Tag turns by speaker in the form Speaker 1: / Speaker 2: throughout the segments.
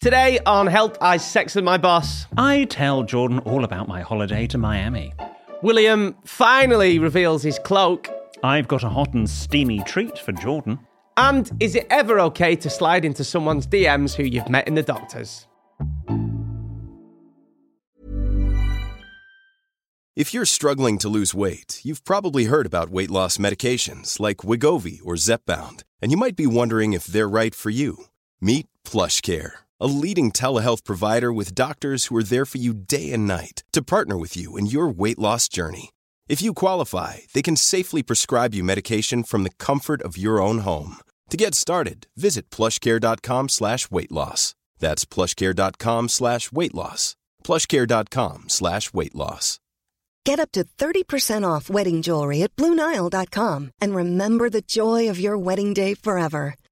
Speaker 1: Today on Help, I Sexted My Boss.
Speaker 2: I tell Jordan all about my holiday to Miami.
Speaker 1: William finally reveals his cloak.
Speaker 2: I've got a hot and steamy treat for Jordan.
Speaker 1: And is it ever okay to slide into someone's DMs who you've met in the doctors?
Speaker 3: If you're struggling to lose weight, you've probably heard about weight loss medications like Wigovi or Zepbound, and you might be wondering if they're right for you. Meet PlushCare, a leading telehealth provider with doctors who are there for you day and night to partner with you in your weight loss journey. If you qualify, they can safely prescribe you medication from the comfort of your own home. To get started, visit plushcare.com slash weight loss. That's plushcare.com slash weight loss. plushcare.com slash weight loss.
Speaker 4: Get up to 30% off wedding jewelry at BlueNile.com and remember the joy of your wedding day forever.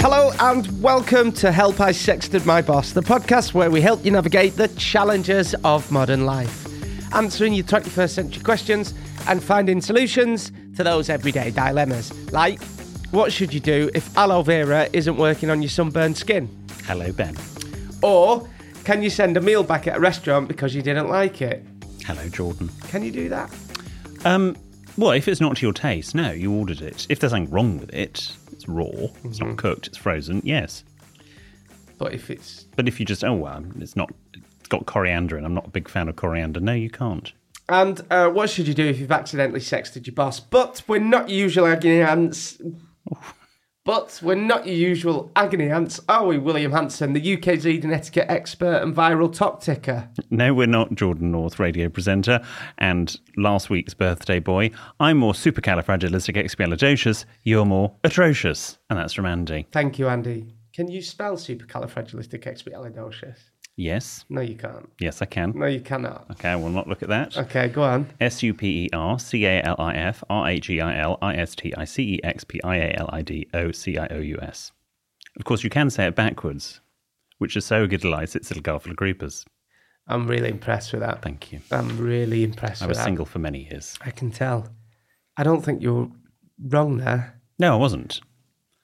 Speaker 1: Hello and welcome to Help I Sexted My Boss, the podcast where we help you navigate the challenges of modern life, answering your 21st century questions and finding solutions to those everyday dilemmas. Like, what should you do if aloe vera isn't working on your sunburned skin?
Speaker 2: Hello, Ben.
Speaker 1: Or can you send a meal back at a restaurant because you didn't like it?
Speaker 2: Hello, Jordan.
Speaker 1: Can you do that?
Speaker 2: Um, well, if it's not to your taste, no, you ordered it. If there's something wrong with it, it's raw, it's not cooked, it's frozen, yes.
Speaker 1: But if it's
Speaker 2: But if you just, oh, well, it's not, it's got coriander and I'm not a big fan of coriander, no, you can't.
Speaker 1: and uh, what should you do if you've accidentally sexted your boss? But we're not your usual agony ants. But we're not your usual agony ants, are we? William Hanson, the UK's leading etiquette expert and viral top ticker.
Speaker 2: No, we're not Jordan North, radio presenter and last week's birthday boy. I'm more supercalifragilisticexpialidocious, you're more atrocious. And that's from Andy.
Speaker 1: Thank you, Andy. Can you spell supercalifragilisticexpialidocious?
Speaker 2: Yes,
Speaker 1: No, you can't.
Speaker 2: yes, I can.
Speaker 1: No, you cannot.
Speaker 2: Okay, I will not look at that.
Speaker 1: Mm. Okay, go on.
Speaker 2: S U P E R C A L I F R A G I L I S T I C E X P I A L I D O C I O U S. Of course, you can say it backwards, which is so giddilized it's little garfield groupers.
Speaker 1: I'm really impressed with that.
Speaker 2: Thank you.
Speaker 1: I'm really impressed
Speaker 2: I
Speaker 1: with
Speaker 2: was
Speaker 1: that.
Speaker 2: single for many years.
Speaker 1: I can tell. I don't think you're wrong there.
Speaker 2: No, I wasn't.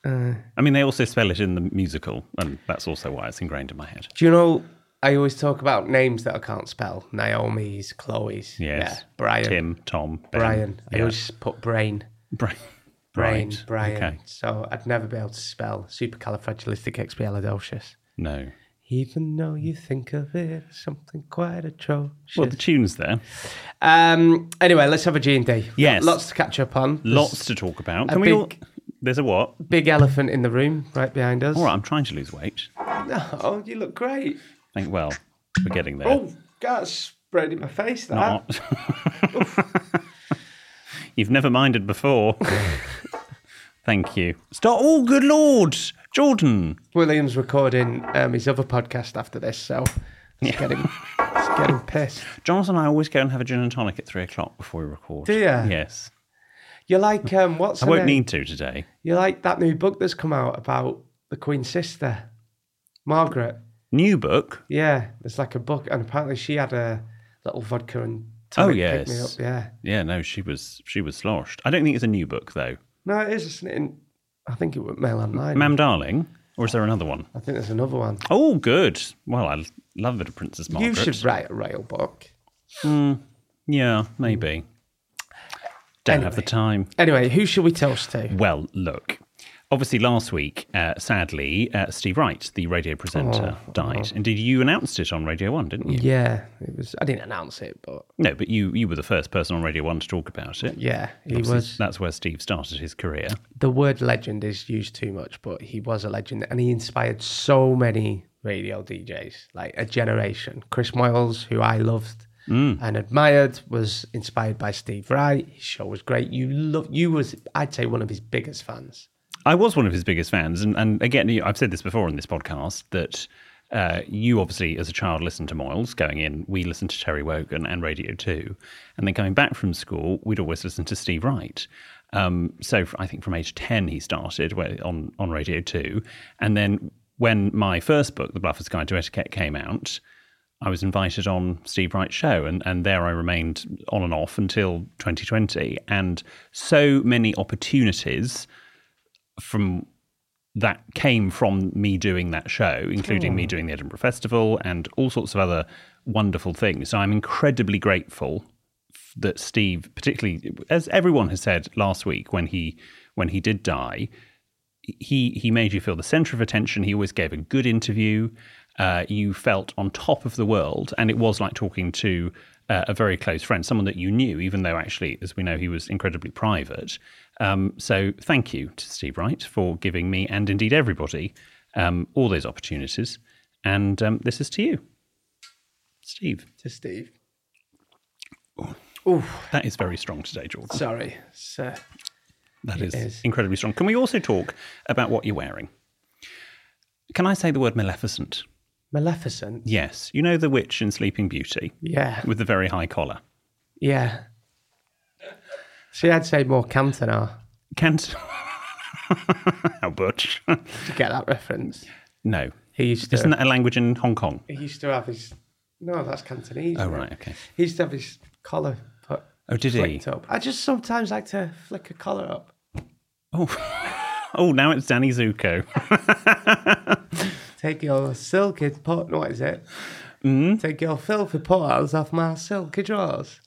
Speaker 1: Uh,
Speaker 2: I mean, they also spell it in the musical, and that's also why it's ingrained in my head.
Speaker 1: do you know? I always talk about names that I can't spell. Naomi's, Chloe's.
Speaker 2: Yes.
Speaker 1: Yeah. Brian.
Speaker 2: Tim, Tom, ben.
Speaker 1: Brian. I
Speaker 2: Yeah.
Speaker 1: always put brain.
Speaker 2: Brian.
Speaker 1: Brain.
Speaker 2: Right.
Speaker 1: Brian.
Speaker 2: Okay.
Speaker 1: So I'd never be able to spell supercalifragilisticexpialidocious.
Speaker 2: No.
Speaker 1: Even though you think of it as something quite atrocious.
Speaker 2: Well, the tune's there.
Speaker 1: um. Anyway, let's have a G and D.
Speaker 2: Yes.
Speaker 1: Lots to catch up on. There's
Speaker 2: Lots to talk about.
Speaker 1: a
Speaker 2: Can we all...
Speaker 1: big-
Speaker 2: There's a what?
Speaker 1: a Big elephant in the room right behind us.
Speaker 2: All right, I'm trying to lose weight.
Speaker 1: Oh, you look great.
Speaker 2: Think, well, we're getting there.
Speaker 1: Oh, that's sprayed in my face. That.
Speaker 2: not. You've never minded before. Thank you. Stop. Oh, good lord. Jordan.
Speaker 1: William's recording um, his other podcast after this, so let's get him. Let's get him pissed.
Speaker 2: Jonathan and I always go and have a gin and tonic at three o'clock before we record.
Speaker 1: Do ya?
Speaker 2: Yes.
Speaker 1: You're like um, what's
Speaker 2: I
Speaker 1: her
Speaker 2: won't
Speaker 1: name?
Speaker 2: need to today.
Speaker 1: You're like that new book that's come out about the Queen's sister, Margaret.
Speaker 2: New book.
Speaker 1: Yeah, it's like a book, and apparently she had a little vodka and tonic
Speaker 2: Oh, yes.
Speaker 1: pick me up. Yeah,
Speaker 2: Yeah, no, she was she was sloshed. I don't think it's a new book though.
Speaker 1: no, it is. Isn't it? In, I think it was Mail Online.
Speaker 2: Mam Darling, or is there another one?
Speaker 1: I think there's another one.
Speaker 2: Oh, good. Well, I l- love it, Princess Margaret.
Speaker 1: You should write a rail book.
Speaker 2: Yeah, maybe. Don't have the
Speaker 1: Anyway.
Speaker 2: time.
Speaker 1: Anyway, who should we toast to?
Speaker 2: Well, look. Obviously, last week, uh, sadly, uh, Steve Wright, the radio presenter, died. Indeed, you announced it on Radio One,
Speaker 1: Mm.
Speaker 2: didn't you?
Speaker 1: Yeah, it was. I didn't announce it, but
Speaker 2: No, but you you were the first person on Radio One to talk about it.
Speaker 1: yeah, he
Speaker 2: Obviously,
Speaker 1: was.
Speaker 2: That's where Steve started his career.
Speaker 1: The word legend is used too much, but he was a legend, and he inspired so many radio DJs, like a generation. Chris Moyles, who I loved
Speaker 2: Mm.
Speaker 1: and admired, was inspired by Steve Wright. His show was great. You love. You was, I'd say, one of his biggest fans.
Speaker 2: I was one of his biggest fans, and, and again, you- I've said this before on this podcast that uh, you obviously, as a child, listened to Moyles going in. We listened to Terry Wogan and Radio Two, and then coming back from school, we'd always listen to Steve Wright. Um, so f I I think from age ten he started where, on on Radio Two, and then when my first book, The Bluffer's Guide to Etiquette, came out. I was invited on Steve Wright's show, and, and there I remained on and off until 2020. And so many opportunities from that came from me doing that show, including me doing the Edinburgh Festival and all sorts of other wonderful things. So I'm incredibly grateful f- that Steve, particularly as everyone has said last week when he when he did die, he he made you feel the center of attention. He always gave a good interview. Uh, you felt on top of the world, and it was like talking to uh, a very close friend, someone that you knew, even though actually, as we know, he was incredibly private. Um, so, thank you to Steve Wright for giving me and indeed everybody um, all those opportunities. And um, this is to you, Steve.
Speaker 1: To Steve.
Speaker 2: That is very strong today, Jordan.
Speaker 1: Sorry. It's, uh,
Speaker 2: That is,
Speaker 1: is.
Speaker 2: incredibly strong. Can we also talk about what you're wearing? Can I say the word maleficent?
Speaker 1: Maleficent.
Speaker 2: Yes. You know the witch in Sleeping Beauty
Speaker 1: Yeah.
Speaker 2: with the very high collar.
Speaker 1: Yeah. See, I'd say more Cantona
Speaker 2: Can't. How butch.
Speaker 1: to get that reference.
Speaker 2: no.
Speaker 1: He used to.
Speaker 2: Isn't that a language in Hong Kong?
Speaker 1: He used to have his. No, that's Cantonese.
Speaker 2: Oh,
Speaker 1: isn't it?
Speaker 2: right. Okay.
Speaker 1: He used to have his collar put
Speaker 2: Oh, did he?
Speaker 1: flicked up. I just sometimes like to flick a collar up.
Speaker 2: Oh, now it's Danny Zuko.
Speaker 1: Take your silky put. What is it? Mm. Take your filthy paws off my silky drawers.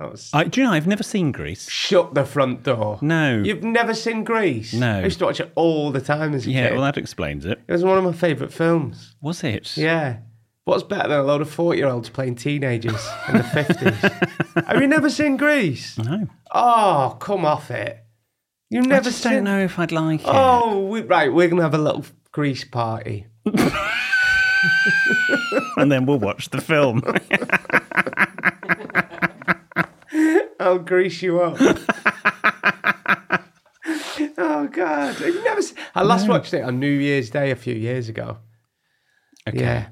Speaker 1: That was.
Speaker 2: I, do you know, I've never seen Greece.
Speaker 1: Shut the front door.
Speaker 2: No.
Speaker 1: You've never seen Grease?
Speaker 2: No.
Speaker 1: I used to watch it all the time as a
Speaker 2: Yeah,
Speaker 1: kid.
Speaker 2: well, that explains it.
Speaker 1: it was one of my favourite films.
Speaker 2: Was it?
Speaker 1: Yeah. What's better than a load of 40 year olds playing teenagers in the 50s? Have you never seen Grease?
Speaker 2: No.
Speaker 1: Oh, come off it. You've
Speaker 2: I
Speaker 1: never
Speaker 2: just
Speaker 1: seen
Speaker 2: don't know if I'd like it.
Speaker 1: Oh, we, right. We're going to have a little Grease party.
Speaker 2: And then we'll watch the film.
Speaker 1: I'll grease you up. oh, God. Have you never seen... I last watched it on New Year's Day a few years ago.
Speaker 2: okay.
Speaker 1: Yeah.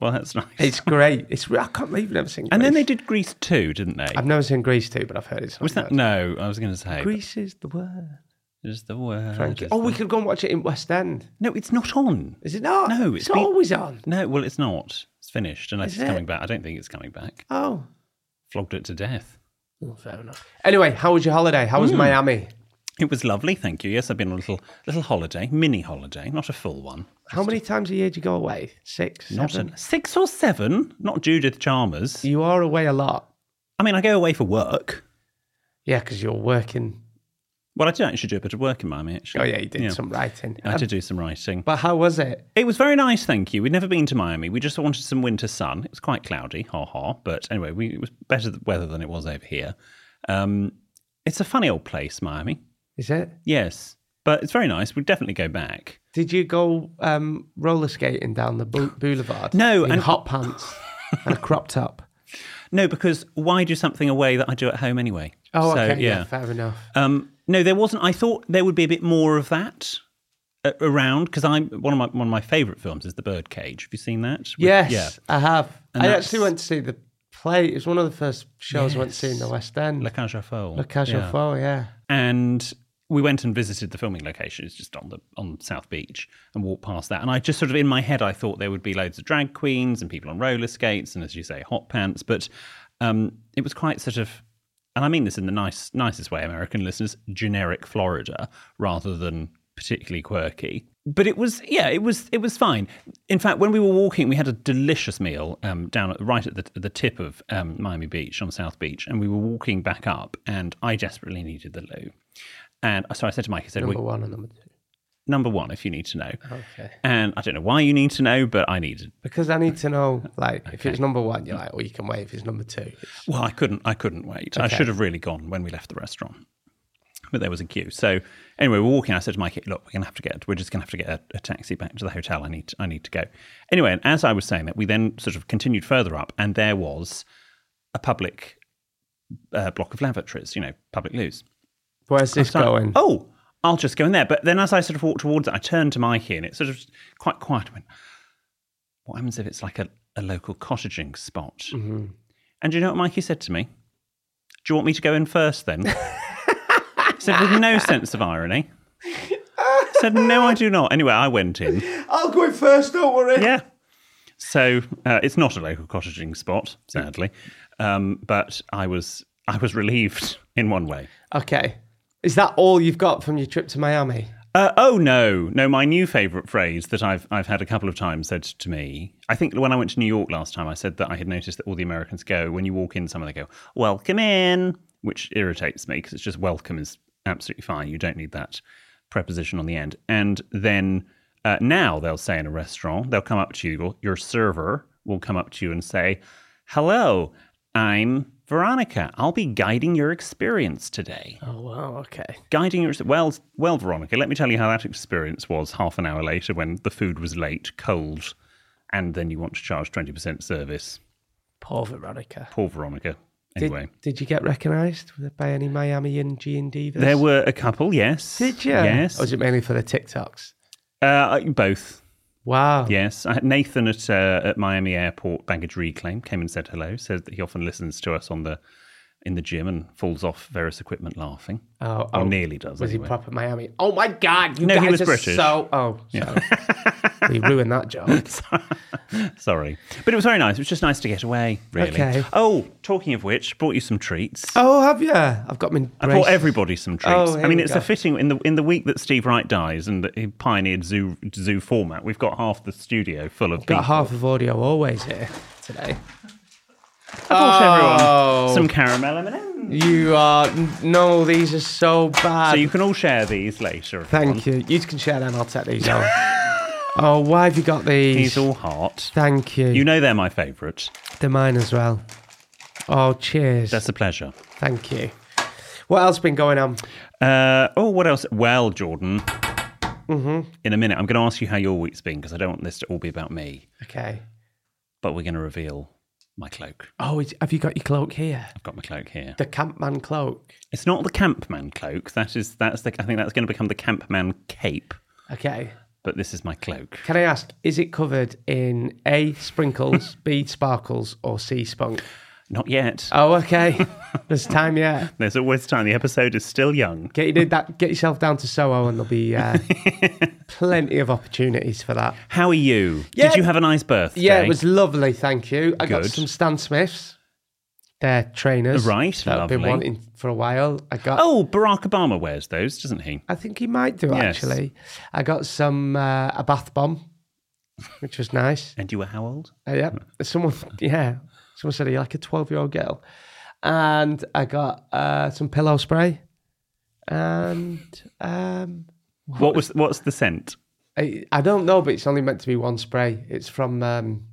Speaker 2: Well, that's nice.
Speaker 1: It's great. It's I can't believe I've never seen. Grease.
Speaker 2: and then they did Greece 2, didn't they?
Speaker 1: I've never seen Grease too, but I've heard it's.
Speaker 2: Was that no? I was going to say
Speaker 1: Grease is the word.
Speaker 2: is the word. is
Speaker 1: Oh,
Speaker 2: the-
Speaker 1: we could go and watch it in West End.
Speaker 2: no, it's not on.
Speaker 1: Is it not?
Speaker 2: No,
Speaker 1: it's,
Speaker 2: it's been-
Speaker 1: always on.
Speaker 2: No, well, it's not. It's finished, unless
Speaker 1: Is
Speaker 2: it's
Speaker 1: it?
Speaker 2: coming back. I don't think it's coming back.
Speaker 1: Oh.
Speaker 2: Flogged it to death.
Speaker 1: Oh, fair enough. Hmm. Anyway, how was your holiday? How was Miami?
Speaker 2: It was lovely, thank you. Yes, I've been on a little little holiday, mini holiday, not a full one.
Speaker 1: How many times a year do you go away? Six,
Speaker 2: Not
Speaker 1: seven.
Speaker 2: an, six or seven. Not Judith Chalmers.
Speaker 1: You are away a lot.
Speaker 2: I mean, I go away for work.
Speaker 1: Yeah, because you're working.
Speaker 2: Well, I did actually do a bit of work in Miami. Actually,
Speaker 1: Oh yeah, you did some Um, writing.
Speaker 2: I did do some writing.
Speaker 1: But how was it?
Speaker 2: It was very nice, thank you. We'd never been to Miami. We just wanted some winter sun. It was quite cloudy, ha ha. But anyway, we, it was better th- weather than it was over here. Um, it's a funny old place, Miami.
Speaker 1: Is it?
Speaker 2: Yes, but it's very nice. We'd definitely go back.
Speaker 1: Did you go um, roller skating down the bou- boulevard?
Speaker 2: No,
Speaker 1: in
Speaker 2: and-
Speaker 1: hot pants and a crop top.
Speaker 2: No, because why do something away that I do at home anyway?
Speaker 1: Oh,
Speaker 2: So,
Speaker 1: okay, yeah, fair enough.
Speaker 2: Um, no, there wasn't. I thought there would be a bit more of that uh, around because I'm one of my one of my favourite films is The Birdcage. Have you seen that? With-
Speaker 1: Yes,
Speaker 2: Yeah.
Speaker 1: I have.
Speaker 2: And
Speaker 1: I
Speaker 2: that's-
Speaker 1: actually went to see the play. It was one of the first shows I went to see in the
Speaker 2: Yes.
Speaker 1: West End.
Speaker 2: La
Speaker 1: Like
Speaker 2: Cage aux Folles.
Speaker 1: Le Cage
Speaker 2: Yeah.
Speaker 1: yeah. Fall, yeah.
Speaker 2: and we went and visited the filming location. It's just on the on South Beach and walked past that. And I just sort of in my head, I thought there would be loads of drag queens and people on roller skates and, as you say, hot pants. But um, it was quite sort of, and I mean this in the nice nicest way, American listeners, generic Florida rather than particularly quirky. But it was, yeah, it was, it was fine. In fact, when we were walking, we had a delicious meal um, down at, right at the, the tip of um, Miami Beach on South Beach, and we were walking back up, and I desperately needed the loo. And uh, so I said to Mike, I said,
Speaker 1: Number
Speaker 2: well,
Speaker 1: one and number two.
Speaker 2: number one, if you need to know.
Speaker 1: Okay.
Speaker 2: And I don't know why you need to know, but I needed.
Speaker 1: Because I need to know, like, if it's number one, you're like, oh, you can wait. If it's number two, it's-
Speaker 2: Well, I couldn't. I couldn't wait. I should have really gone when we left the restaurant, but there was a queue. So anyway, we're walking. I said to Mike, "Look, we're gonna have to get. We're just gonna have to get a, a taxi back to the hotel. I need. I need to go." Anyway, and as I was saying that, we then sort of continued further up, and there was a public uh, block of lavatories. You know, public loos.
Speaker 1: where's this
Speaker 2: So-
Speaker 1: going?
Speaker 2: Oh, I'll just go in there. But then as I sort of walked towards it, I turned to Mikey and it's sort of quite quiet. I went, what happens if it's like a, a local cottaging spot? And do you know what Mikey said to me? Do you want me to go in first then? he said, with no sense of irony. I said, no, I do not. Anyway, I went in.
Speaker 1: I'll go in first, don't worry.
Speaker 2: Yeah. So uh, it's not a local cottaging spot, sadly. Um, but I was I was relieved in one way.
Speaker 1: Okay. Is that all you've got from your trip to Miami?
Speaker 2: Uh, oh no, no! My new favourite phrase that I've I've had a couple of times said to me. I think when I went to New York last time, I said that I had noticed that all the Americans go when you walk in, somewhere they go "Welcome in," which irritates me because it's just "Welcome" is absolutely fine. You don't need that preposition on the end. And then uh, now they'll say in a restaurant, they'll come up to you. Your server will come up to you and say, "Hello, I'm Veronica. I'll be guiding your experience today."
Speaker 1: Oh, wow. Okay.
Speaker 2: guiding your well well veronica let me tell you how that experience was half an hour later when the food was late cold and then you want to charge 20% service
Speaker 1: Poor Veronica.
Speaker 2: poor veronica
Speaker 1: Did,
Speaker 2: anyway
Speaker 1: did you get recognised by any Miamian G and divas?
Speaker 2: there were a couple yes
Speaker 1: Did Oh, you?
Speaker 2: yes
Speaker 1: Or was it mainly for the TikToks?
Speaker 2: uh, both
Speaker 1: Wow.
Speaker 2: yes I had nathan at, uh, at miami airport baggage reclaim came and said hello said that he often listens to us on the in the gym and falls off various equipment laughing
Speaker 1: Oh,
Speaker 2: or
Speaker 1: oh,
Speaker 2: nearly does
Speaker 1: was he
Speaker 2: anyway.
Speaker 1: proper Miami? Oh my God! You
Speaker 2: No, he
Speaker 1: guys
Speaker 2: was
Speaker 1: are
Speaker 2: British.
Speaker 1: so. Oh, sorry. we ruined that joke.
Speaker 2: Sorry. But it was very nice. It was just nice to get away, really.
Speaker 1: Okay.
Speaker 2: Oh, talking of which, brought you some treats.
Speaker 1: Oh, have you? I've got my.
Speaker 2: I brought everybody some treats.
Speaker 1: Oh, here
Speaker 2: I mean,
Speaker 1: we
Speaker 2: it's
Speaker 1: go.
Speaker 2: a fitting in the in the week that Steve Wright dies and that he pioneered zoo zoo format. We've got half the studio full of people.
Speaker 1: Got half of audio always here today.
Speaker 2: I brought
Speaker 1: Oh.
Speaker 2: everyone some caramel M&Ms.
Speaker 1: You are no. These are so bad.
Speaker 2: So you can all share these later. if you
Speaker 1: Thank
Speaker 2: want.
Speaker 1: you. You can share them. I'll take these. Home. oh, why have you got these?
Speaker 2: These all heart.
Speaker 1: Thank you.
Speaker 2: You know they're my favourite.
Speaker 1: They're mine as well. Oh, cheers.
Speaker 2: That's a pleasure.
Speaker 1: Thank you. What else been going on?
Speaker 2: Uh, oh, what else? Well, Jordan.
Speaker 1: Mm-hmm.
Speaker 2: In a minute, I'm going to ask you how your week's been because I don't want this to all be about me.
Speaker 1: Okay.
Speaker 2: But we're going to reveal my cloak.
Speaker 1: Oh, it's, have you got your cloak here?
Speaker 2: I've got my cloak here.
Speaker 1: The campman cloak.
Speaker 2: It's not the campman cloak. That is that's the I think that's going to become the campman cape.
Speaker 1: Okay.
Speaker 2: But this is my cloak.
Speaker 1: Can I ask, is it covered in A, sprinkles, B, sparkles, or C, spunk?
Speaker 2: Not yet.
Speaker 1: Oh, okay. There's time yet.
Speaker 2: Uh, There's always time. The episode is still young.
Speaker 1: Get, you did that, get yourself down to Soho and there'll be uh, plenty of opportunities for that.
Speaker 2: How are you?
Speaker 1: Yeah.
Speaker 2: Did you have a nice birthday?
Speaker 1: Yeah, it was lovely. Thank you. I got
Speaker 2: Good.
Speaker 1: some Stan Smiths. They're trainers.
Speaker 2: Right,
Speaker 1: That I've been
Speaker 2: lovely.
Speaker 1: wanting for a while. I got.
Speaker 2: Oh, Barack Obama wears those, doesn't he?
Speaker 1: I think he might do
Speaker 2: Yes.
Speaker 1: actually. I got some uh, a bath bomb, which was nice.
Speaker 2: And you were how old?
Speaker 1: Uh, yeah, someone yeah, someone said he like a twelve year old girl, and I got uh, some pillow spray, and um,
Speaker 2: What, was what's the scent?
Speaker 1: I, I don't know, but it's only meant to be one spray. It's from um,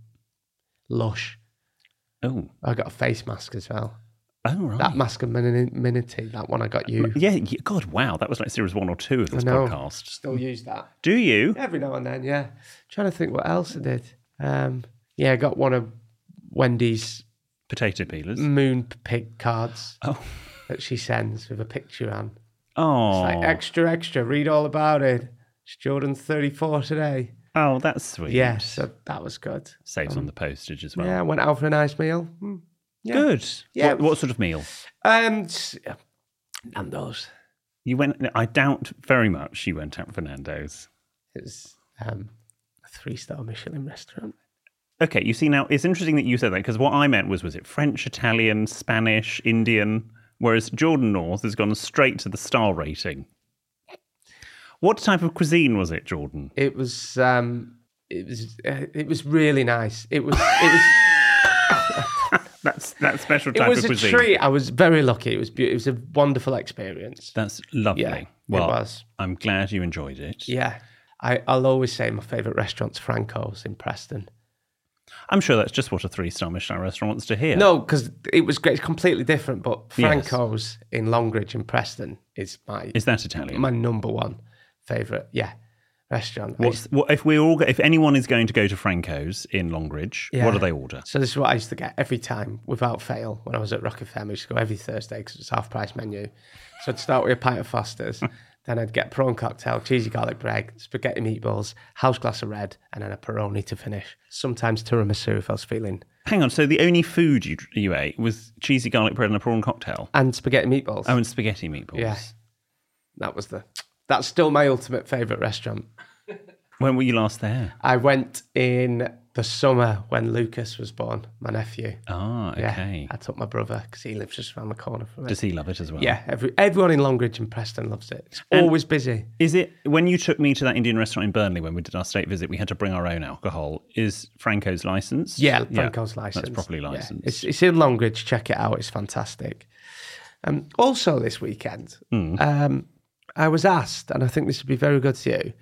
Speaker 1: Lush.
Speaker 2: Oh,
Speaker 1: I got a face mask as well.
Speaker 2: oh right.
Speaker 1: That mask of minity, that one I got you.
Speaker 2: yeah, yeah, God, wow, that was like series one or two of this
Speaker 1: know.
Speaker 2: podcast.
Speaker 1: Still use that.
Speaker 2: Do you?
Speaker 1: Every now and then, yeah. Trying to think what else I did. Um, yeah, I got one of Wendy's
Speaker 2: Potato peelers.
Speaker 1: moon pig cards
Speaker 2: Oh,
Speaker 1: that she sends with a picture on.
Speaker 2: oh,
Speaker 1: Like extra, extra, read all about it. It's Jordan's 34 today.
Speaker 2: oh, that's sweet.
Speaker 1: Yeah, so that was good.
Speaker 2: saves on the postage as well.
Speaker 1: Yeah, I went out for a nice meal. Hmm. Yeah.
Speaker 2: Good.
Speaker 1: Yeah.
Speaker 2: What, what sort of meal?
Speaker 1: Um, s- Nando's.
Speaker 2: You went. I doubt very much you went out for Nando's.
Speaker 1: It's um, a three star Michelin restaurant.
Speaker 2: Okay, you see now it's interesting that you said that because what I meant was was it French, Italian, Spanish, Indian, whereas Jordan North has gone straight to the star rating. What type of cuisine was it, Jordan?
Speaker 1: It was um, it was uh, it was really nice. It was it was.
Speaker 2: That's that special
Speaker 1: it
Speaker 2: type
Speaker 1: was
Speaker 2: of
Speaker 1: a
Speaker 2: cuisine.
Speaker 1: treat. I was very lucky. It was be- it was a wonderful experience.
Speaker 2: That's lovely.
Speaker 1: Yeah, it
Speaker 2: well,
Speaker 1: was.
Speaker 2: I'm glad you enjoyed it.
Speaker 1: Yeah, I, I'll always say my favourite restaurant's Franco's in Preston.
Speaker 2: I'm sure that's just what a three star Michelin restaurant wants to hear.
Speaker 1: No, because it was great. It's completely different, but
Speaker 2: Yes.
Speaker 1: Franco's in Longridge in Preston is my
Speaker 2: Is that Italian?
Speaker 1: my number one favourite. Yeah, restaurant. I used-
Speaker 2: What's, what, if we all, go- if anyone is going to go to Franco's in Longridge,
Speaker 1: Yeah.
Speaker 2: what do they order?
Speaker 1: So this is what I used to get every time, without fail, when I was at Rock FM. I used to go every Thursday because it's half price menu. So I'd start with a pint of Foster's, then Then I'd get prawn cocktail, cheesy garlic bread, spaghetti meatballs, house glass of red, and then a Peroni to finish. Sometimes tiramisu if I was feeling.
Speaker 2: Hang on. So the only food you you ate was cheesy garlic bread and a prawn cocktail.
Speaker 1: And spaghetti meatballs.
Speaker 2: Oh, and spaghetti meatballs.
Speaker 1: Yeah. That was the. That's still my ultimate favourite restaurant.
Speaker 2: When were you last there?
Speaker 1: I went in the summer when Lucas was born, my nephew.
Speaker 2: Ah, okay.
Speaker 1: I took my brother because he lives just around the corner from it.
Speaker 2: Does he love it as well?
Speaker 1: Yeah, every, everyone in Longridge and Preston loves it. It's always busy.
Speaker 2: Is it when you took me to that Indian restaurant in Burnley when we did our state visit? We had to bring our own alcohol. Is Franco's licensed?
Speaker 1: Yeah, Franco's license.
Speaker 2: That's properly licensed.
Speaker 1: It's, it's in Longridge. Check it out. It's fantastic. Um, also, this weekend,
Speaker 2: Hmm.
Speaker 1: um, I was asked, and I think this would be very good to you.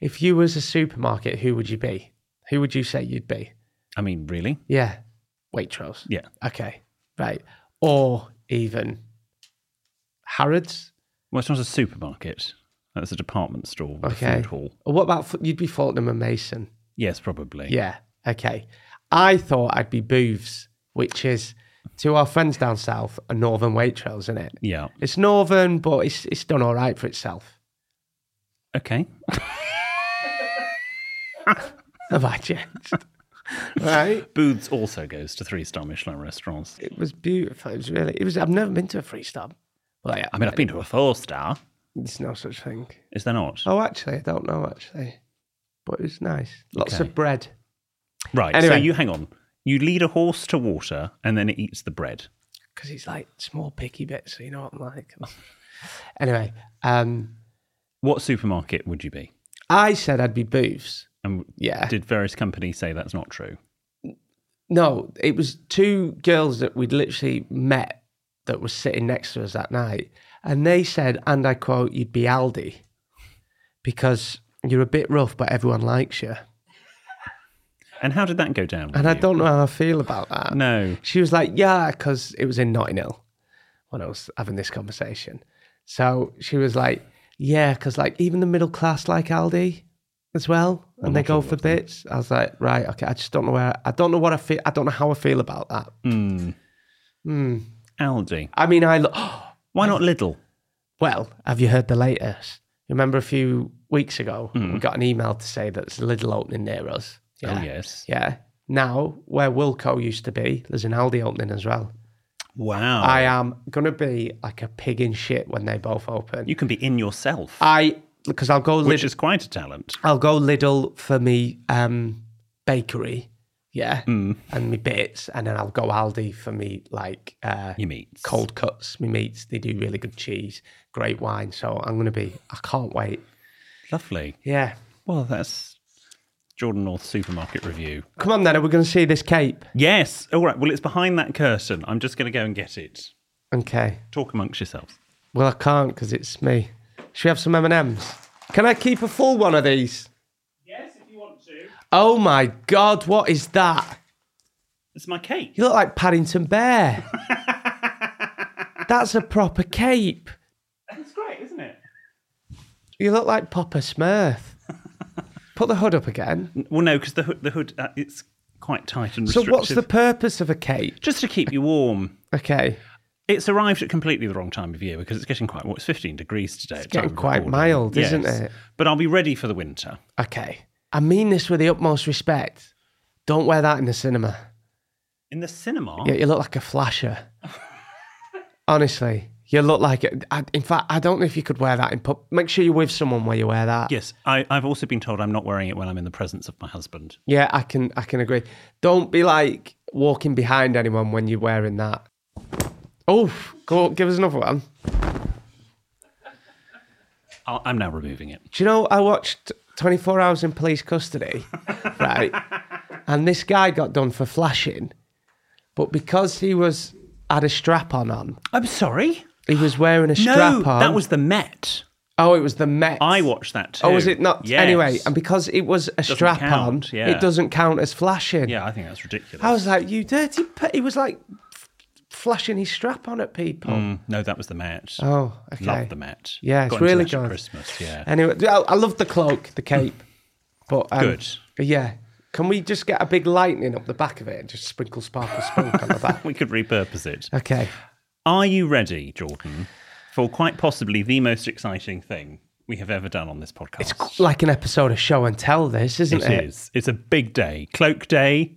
Speaker 1: If you was a supermarket, who would you be? Who would you say you'd be?
Speaker 2: I mean, really?
Speaker 1: Yeah, Waitrose.
Speaker 2: Yeah.
Speaker 1: Okay, right. Or even Harrods.
Speaker 2: Well, it's not a supermarket. That's a department store with a
Speaker 1: Okay.
Speaker 2: food hall.
Speaker 1: Or what about you'd be Fortnum and Mason?
Speaker 2: Yes, probably.
Speaker 1: Yeah. Okay. I thought I'd be Booths, which is to our friends down south a northern Waitrose, isn't it?
Speaker 2: Yeah.
Speaker 1: It's northern, but it's it's done all right for itself.
Speaker 2: Okay.
Speaker 1: Have I changed? right.
Speaker 2: Booths also goes to three star Michelin restaurants.
Speaker 1: It was beautiful. It was really. It was. I've never been to a free stop. Well, yeah,
Speaker 2: I mean, I've been to a four star.
Speaker 1: there's no such thing.
Speaker 2: Is there not?
Speaker 1: Oh, actually, I don't know. Actually, but it was nice. Lots
Speaker 2: Okay.
Speaker 1: of bread.
Speaker 2: Right. So
Speaker 1: Anyway.
Speaker 2: you hang on. You lead a horse to water and then it eats the bread.
Speaker 1: because it's like small picky bits, so you know what I'm like. anyway, um,
Speaker 2: What supermarket would you be?
Speaker 1: I said I'd be Booths.
Speaker 2: And
Speaker 1: Yeah.
Speaker 2: did various companies say that's not true?
Speaker 1: No, it was two girls that we'd literally met that were sitting next to us that night, and they said, and I quote, "You'd be Aldi because you're a bit rough, but everyone likes you."
Speaker 2: And how did that go down? with
Speaker 1: And I
Speaker 2: you?
Speaker 1: don't know how I feel about that.
Speaker 2: No.
Speaker 1: She was like, yeah, because it was in Notting Hill when I was having this conversation. So she was like, yeah, because like even the middle class like Aldi as well, and they go for bits. I was like, right, okay, I just don't know where, I don't know what I feel, I don't know how I feel about that.
Speaker 2: Mm.
Speaker 1: Hmm.
Speaker 2: Aldi.
Speaker 1: I mean, I, lo-
Speaker 2: Why not Lidl?
Speaker 1: well, have you heard the latest? Remember a few weeks ago, we got an email to say that there's a little opening near us.
Speaker 2: Hmm. Oh, yes.
Speaker 1: Yeah. Now, where Wilco used to be, there's an Aldi opening as well.
Speaker 2: Wow.
Speaker 1: I am gonna be like a pig in shit when they both open.
Speaker 2: you can be in yourself,
Speaker 1: I because I'll go
Speaker 2: which
Speaker 1: Lidl,
Speaker 2: is quite a talent.
Speaker 1: I'll go Lidl for me um, bakery, yeah,
Speaker 2: Hmm.
Speaker 1: and me bits, and then I'll go Aldi for me like uh,
Speaker 2: You meet.
Speaker 1: cold cuts, me meats. They do really good cheese, great wine. So I'm gonna be. I can't wait.
Speaker 2: Lovely.
Speaker 1: Yeah.
Speaker 2: Well, that's Jordan North supermarket review.
Speaker 1: Come on then, are we going to see this cape?
Speaker 2: Yes. All right. Well, it's behind that curtain. I'm just going to go and get it.
Speaker 1: Okay.
Speaker 2: Talk amongst yourselves.
Speaker 1: Well, I can't because it's me. Should we have some M and M's? Can I keep a full one of these?
Speaker 2: Yes, if you want to.
Speaker 1: Oh my God! What is that?
Speaker 2: It's my cake.
Speaker 1: You look like Paddington Bear. That's a proper cape.
Speaker 2: It's great, isn't it?
Speaker 1: You look like Papa Smurf. Put the hood up again.
Speaker 2: Well, no, because the hood, the hood uh, it's quite tight and
Speaker 1: So,
Speaker 2: restrictive.
Speaker 1: what's the purpose of a cape?
Speaker 2: Just to keep you warm.
Speaker 1: Okay,
Speaker 2: It's arrived at completely the wrong time of year because it's getting quite, well, it's 15 degrees today. It's
Speaker 1: getting quite mild, isn't it?
Speaker 2: But I'll be ready for the winter.
Speaker 1: okay. I mean this with the utmost respect. Don't wear that in the cinema.
Speaker 2: In the cinema,
Speaker 1: Yeah, you look like a flasher. Honestly, you look like it. I, in fact, I don't know if you could wear that in pub. Make sure you're with someone where you wear that.
Speaker 2: Yes, I, I've also been told I'm not wearing it when I'm in the presence of my husband.
Speaker 1: Yeah, I can I can agree. Don't be like walking behind anyone when you're wearing that. Oh, go give us another one.
Speaker 2: I'll, I'm now removing it.
Speaker 1: Do you know I watched 24 Hours in Police Custody, right? And this guy got done for flashing, but because he was had a strap on on,
Speaker 2: I'm sorry.
Speaker 1: he was wearing a
Speaker 2: No,
Speaker 1: strap on.
Speaker 2: that was the Met.
Speaker 1: oh, it was the Met.
Speaker 2: I watched that too.
Speaker 1: Oh, was it not?
Speaker 2: Yes.
Speaker 1: Anyway, and because it was a strap on,
Speaker 2: count, yeah.
Speaker 1: it doesn't count as flashing.
Speaker 2: yeah, I think that's ridiculous.
Speaker 1: I was like, you dirty. P-. He was like f- flashing his strap on at people.
Speaker 2: Mm, no, that was the Met.
Speaker 1: Oh, okay.
Speaker 2: Love the Met.
Speaker 1: Yeah, it's
Speaker 2: Got into
Speaker 1: really
Speaker 2: that at
Speaker 1: good.
Speaker 2: Christmas. Yeah.
Speaker 1: Anyway, I, I love the cloak, the cape. But um,
Speaker 2: Mm. Good.
Speaker 1: Yeah. Can we just get a big lightning up the back of it and just sprinkle sparkle spunk on the back?
Speaker 2: we could repurpose it.
Speaker 1: Okay.
Speaker 2: Are you ready, Jordan, for quite possibly the most exciting thing we have ever done on this podcast.
Speaker 1: It's qu- like an episode of Show and Tell, this, isn't it?
Speaker 2: It is. It's a big day. Cloak Day,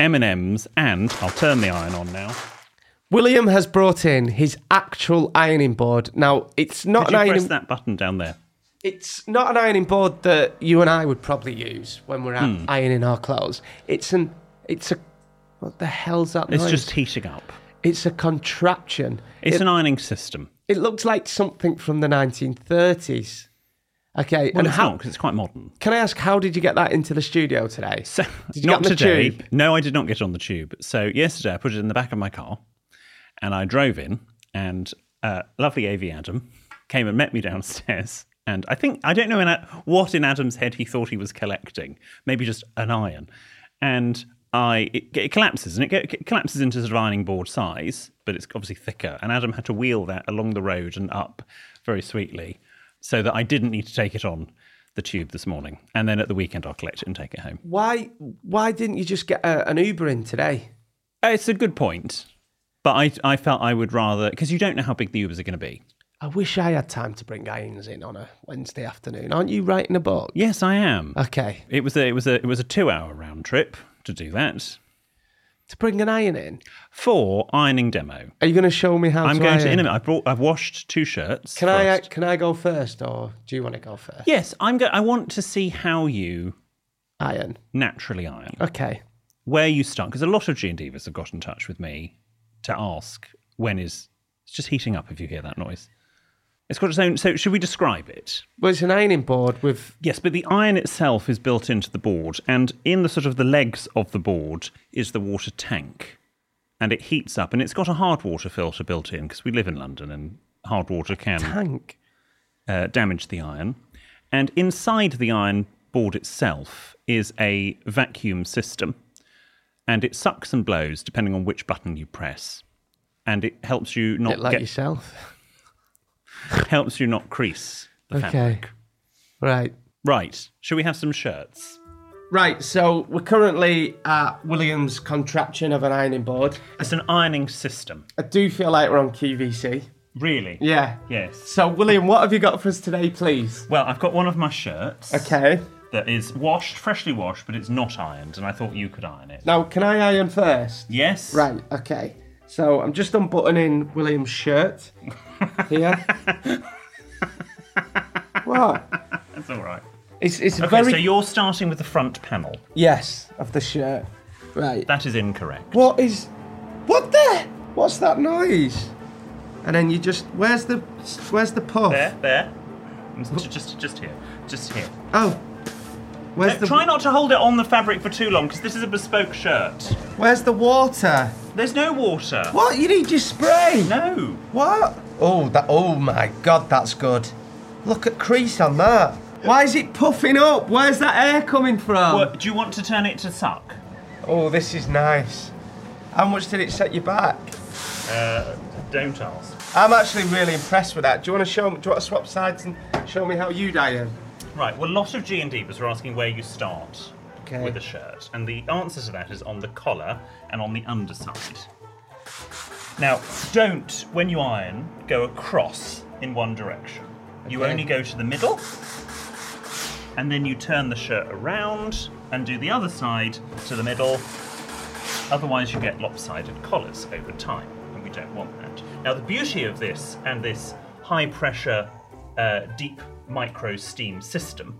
Speaker 2: M and M's, and I'll turn the iron on now.
Speaker 1: William has brought in his actual ironing board. Now, it's not
Speaker 2: Could
Speaker 1: an
Speaker 2: you press
Speaker 1: ironing
Speaker 2: that button down there?
Speaker 1: It's not an ironing board that you and I would probably use when we're
Speaker 2: Hmm.
Speaker 1: out ironing our clothes. It's an it's a what the hell's that
Speaker 2: It's
Speaker 1: noise?
Speaker 2: just heating up.
Speaker 1: it's a contraption.
Speaker 2: It's
Speaker 1: it,
Speaker 2: an ironing system.
Speaker 1: it looks like something from the 1930s. Okay,
Speaker 2: Well,
Speaker 1: and
Speaker 2: it's
Speaker 1: how
Speaker 2: because it's quite modern.
Speaker 1: can I ask how did you get that into the studio today?
Speaker 2: So,
Speaker 1: Did you
Speaker 2: not
Speaker 1: get on the
Speaker 2: today.
Speaker 1: tube?
Speaker 2: No, I did not get on the tube. So yesterday, I put it in the back of my car, and I drove in, and uh, lovely Av Adam came and met me downstairs. And I think I don't know in, a- what in Adam's head he thought he was collecting. Maybe just an iron. And I it, it collapses, and it, get, it collapses into sort of ironing board size, but it's obviously thicker. And Adam had to wheel that along the road and up very sweetly, so that I didn't need to take it on the tube this morning. And then at the weekend, I'll collect it and take it home.
Speaker 1: Why why didn't you just get a, an Uber in today?
Speaker 2: Uh, It's a good point, but I I felt I would rather because you don't know how big the Ubers are going to be.
Speaker 1: I wish I had time to bring irons in on a Wednesday afternoon. Aren't you writing a book?
Speaker 2: Yes, I
Speaker 1: Uh.
Speaker 2: am.
Speaker 1: Okay,
Speaker 2: It was a it was a it was a two hour round trip to do that
Speaker 1: to bring an iron in.
Speaker 2: for ironing demo.
Speaker 1: Are you going to show me how
Speaker 2: I'm
Speaker 1: to
Speaker 2: going to
Speaker 1: iron?
Speaker 2: in a minute. I brought I've washed two shirts.
Speaker 1: Can I uh,
Speaker 2: first.
Speaker 1: can I go first, or do you want to go first?
Speaker 2: Yes, I'm go- I want to see how you
Speaker 1: Iron.
Speaker 2: naturally iron.
Speaker 1: Okay.
Speaker 2: Where you start because a lot of G and divas have got in touch with me to ask when is it's just heating up if you hear that noise. It's got its own. So should we describe it?
Speaker 1: Well, it's an ironing board with.
Speaker 2: Yes, but the iron itself is built into the board, and in the sort of the legs of the board is the water tank, and it heats up, and it's got a hard water filter built in because we live in London, and hard water can
Speaker 1: Tank.
Speaker 2: uh, damage the iron. And inside the iron board itself is a vacuum system, and it sucks and blows depending on which button you press, and it helps you
Speaker 1: Bit
Speaker 2: not
Speaker 1: like
Speaker 2: get,
Speaker 1: yourself.
Speaker 2: helps you not crease the
Speaker 1: Okay.
Speaker 2: fabric.
Speaker 1: Right.
Speaker 2: Right? Shall we have some shirts?
Speaker 1: Right. So we're currently at William's contraption of an ironing board.
Speaker 2: It's an ironing system.
Speaker 1: I do feel like we're on QVC.
Speaker 2: Really?
Speaker 1: Yeah.
Speaker 2: Yes.
Speaker 1: So William, what have you got for us today, please?
Speaker 2: Well, I've got one of my shirts
Speaker 1: Okay.
Speaker 2: that is washed, freshly washed, but it's not ironed, and I thought you could iron it.
Speaker 1: Now, can I iron first?
Speaker 2: Yes.
Speaker 1: Right. Okay. So I'm just unbuttoning William's shirt here. what?
Speaker 2: That's all right.
Speaker 1: It's it's
Speaker 2: Okay,
Speaker 1: very
Speaker 2: so you're starting with the front panel.
Speaker 1: Yes, of the shirt. Right.
Speaker 2: That is incorrect.
Speaker 1: What is. What the? What's that noise? And then you just. Where's the. Where's the puff?
Speaker 2: There, there. Just, just, just here. Just here.
Speaker 1: Oh. Where's
Speaker 2: Uh,
Speaker 1: the.
Speaker 2: Try not to hold it on the fabric for too long, because this is a bespoke shirt.
Speaker 1: Where's the water?
Speaker 2: There's no water.
Speaker 1: What? You need your spray?
Speaker 2: No.
Speaker 1: What? Oh, that. Oh my god, that's good. Look at crease on that. Why is it puffing up? Where's that air coming from?
Speaker 2: Well, do you want to turn it to suck?
Speaker 1: Oh, this is nice. How much did it set you back?
Speaker 2: Uh, don't ask.
Speaker 1: I'm actually really impressed with that. Do you want to show? Do you want to swap sides and show me how you iron?
Speaker 2: Right. Well, a lot of G and Divas were asking where you start.
Speaker 1: Okay.
Speaker 2: with a shirt, and the answer to that is on the collar and on the underside. Now, don't, when you iron, go across in one direction. You
Speaker 1: Okay.
Speaker 2: only go to the middle, and then you turn the shirt around and do the other side to the middle. Otherwise, you get lopsided collars over time, and we don't want that. Now, the beauty of this and this high pressure, uh, deep micro steam system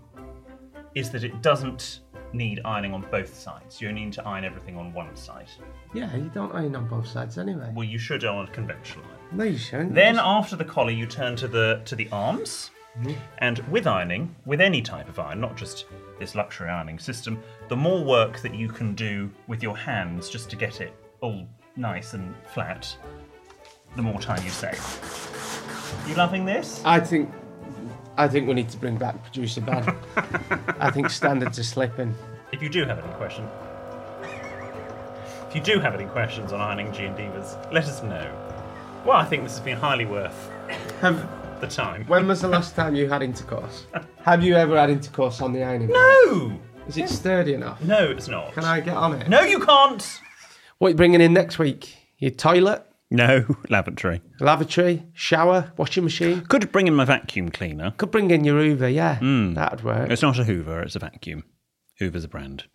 Speaker 2: is that it doesn't need ironing on both sides. You only need to iron everything on one side.
Speaker 1: Yeah, you don't iron on both sides anyway.
Speaker 2: Well, you should on a conventional iron.
Speaker 1: No, you shouldn't.
Speaker 2: Then after the collar, you turn to the to the arms,
Speaker 1: Mm-hmm.
Speaker 2: and with ironing, with any type of iron, not just this luxury ironing system, the more work that you can do with your hands just to get it all nice and flat, the more time you save. You loving this?
Speaker 1: I think, I think we need to bring back producer Ben. I think standards are slipping.
Speaker 2: If you do have any questions, if you do have any questions on ironing G and Divas, let us know. Well, I think this has been highly worth
Speaker 1: Have,
Speaker 2: the time.
Speaker 1: when was the last time you had intercourse? Have you ever had intercourse on the ironing? board?
Speaker 2: no,
Speaker 1: Is it sturdy enough?
Speaker 2: no, it's not.
Speaker 1: Can I get on it?
Speaker 2: No, you can't.
Speaker 1: What are you bringing in next week? Your toilet?
Speaker 2: No, lavatory.
Speaker 1: Lavatory, shower, washing machine.
Speaker 2: Could bring in my vacuum cleaner.
Speaker 1: Could bring in your Hoover, yeah.
Speaker 2: Hmm.
Speaker 1: That'd work.
Speaker 2: It's not a Hoover, it's a vacuum. Hoover's a brand.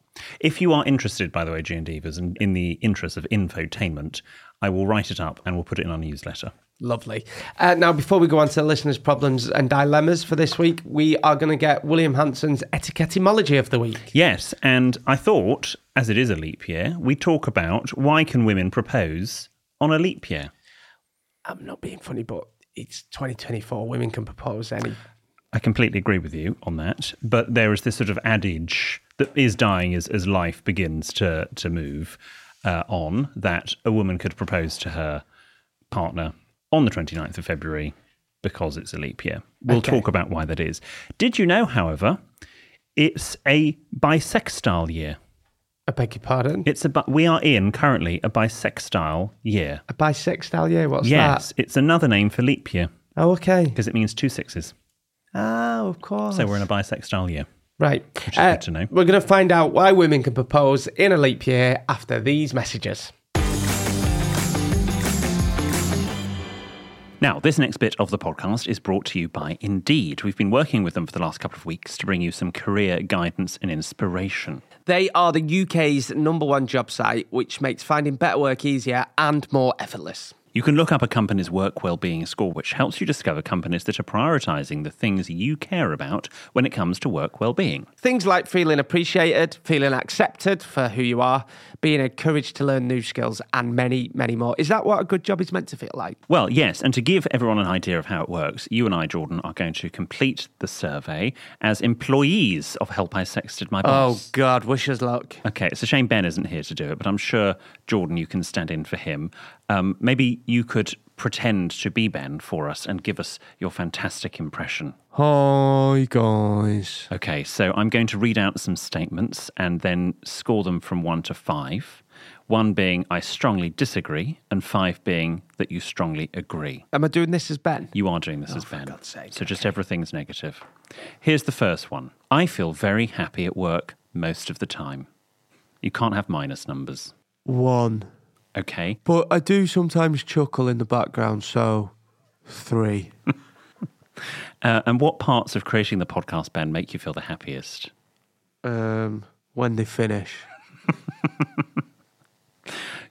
Speaker 2: If you are interested, by the way, G and Divas, and in the interest of infotainment, I will write it up and we'll put it in our newsletter.
Speaker 1: Lovely. Uh, now, before we go on to listeners' problems and dilemmas for this week, we are going to get William Hanson's etymology of the week.
Speaker 2: Yes, and I thought, as it is a leap year, we talk about why can women propose on a leap year.
Speaker 1: I'm not being funny, but it's 2024. Women can propose any.
Speaker 2: I completely agree with you on that, but there is this sort of adage that is dying as, as life begins to to move uh, on that a woman could propose to her partner on the 29th of February because it's a leap year. We'll talk about why that is. Did you know, however, it's a bisextile year?
Speaker 1: I beg your pardon.
Speaker 2: It's a bi- we are in currently a bisextile year.
Speaker 1: A bisextile, yeah. What's
Speaker 2: yes,
Speaker 1: that?
Speaker 2: it's another name for leap year
Speaker 1: Oh, okay.
Speaker 2: because it means two sixes.
Speaker 1: Oh, of course.
Speaker 2: So we're in a bisextile year.
Speaker 1: right. Uh,
Speaker 2: is good to know.
Speaker 1: We're going to find out why women can propose in a leap year after these messages.
Speaker 2: Now, this next bit of the podcast is brought to you by Indeed. We've been working with them for the last couple of weeks to bring you some career guidance and inspiration.
Speaker 1: They are the UK's number one job site, which makes finding better work easier and more effortless.
Speaker 2: You can look up a company's work well-being score, which helps you discover companies that are prioritizing the things you care about when it comes to work well-being.
Speaker 1: Things like feeling appreciated, feeling accepted for who you are, being encouraged to learn new skills, and many, many more. Is that what a good job is meant to feel like?
Speaker 2: Well, yes, and to give everyone an idea of how it works, you and I, Jordan, are going to complete the survey as employees of Help I Sexted My
Speaker 1: Oh,
Speaker 2: Boss.
Speaker 1: God, wish us luck.
Speaker 2: Okay, it's a shame Ben isn't here to do it, but I'm sure, Jordan, you can stand in for him. Um, maybe you could pretend to be Ben for us and give us your fantastic impression.
Speaker 1: Hi, guys.
Speaker 2: Okay, so I'm going to read out some statements and then score them from one to five. One being, I strongly disagree, and five being that you strongly agree.
Speaker 1: Am I doing this as Ben?
Speaker 2: You are doing this as Ben.
Speaker 1: Oh, God's sake,
Speaker 2: So just everything's negative. Here's the first one I feel very happy at work most of the time. You can't have minus numbers.
Speaker 1: One.
Speaker 2: Okay.
Speaker 1: But I do sometimes chuckle in the background, so three.
Speaker 2: Uh, and what parts of creating the podcast, Ben, make you feel the happiest?
Speaker 1: Um, when they finish.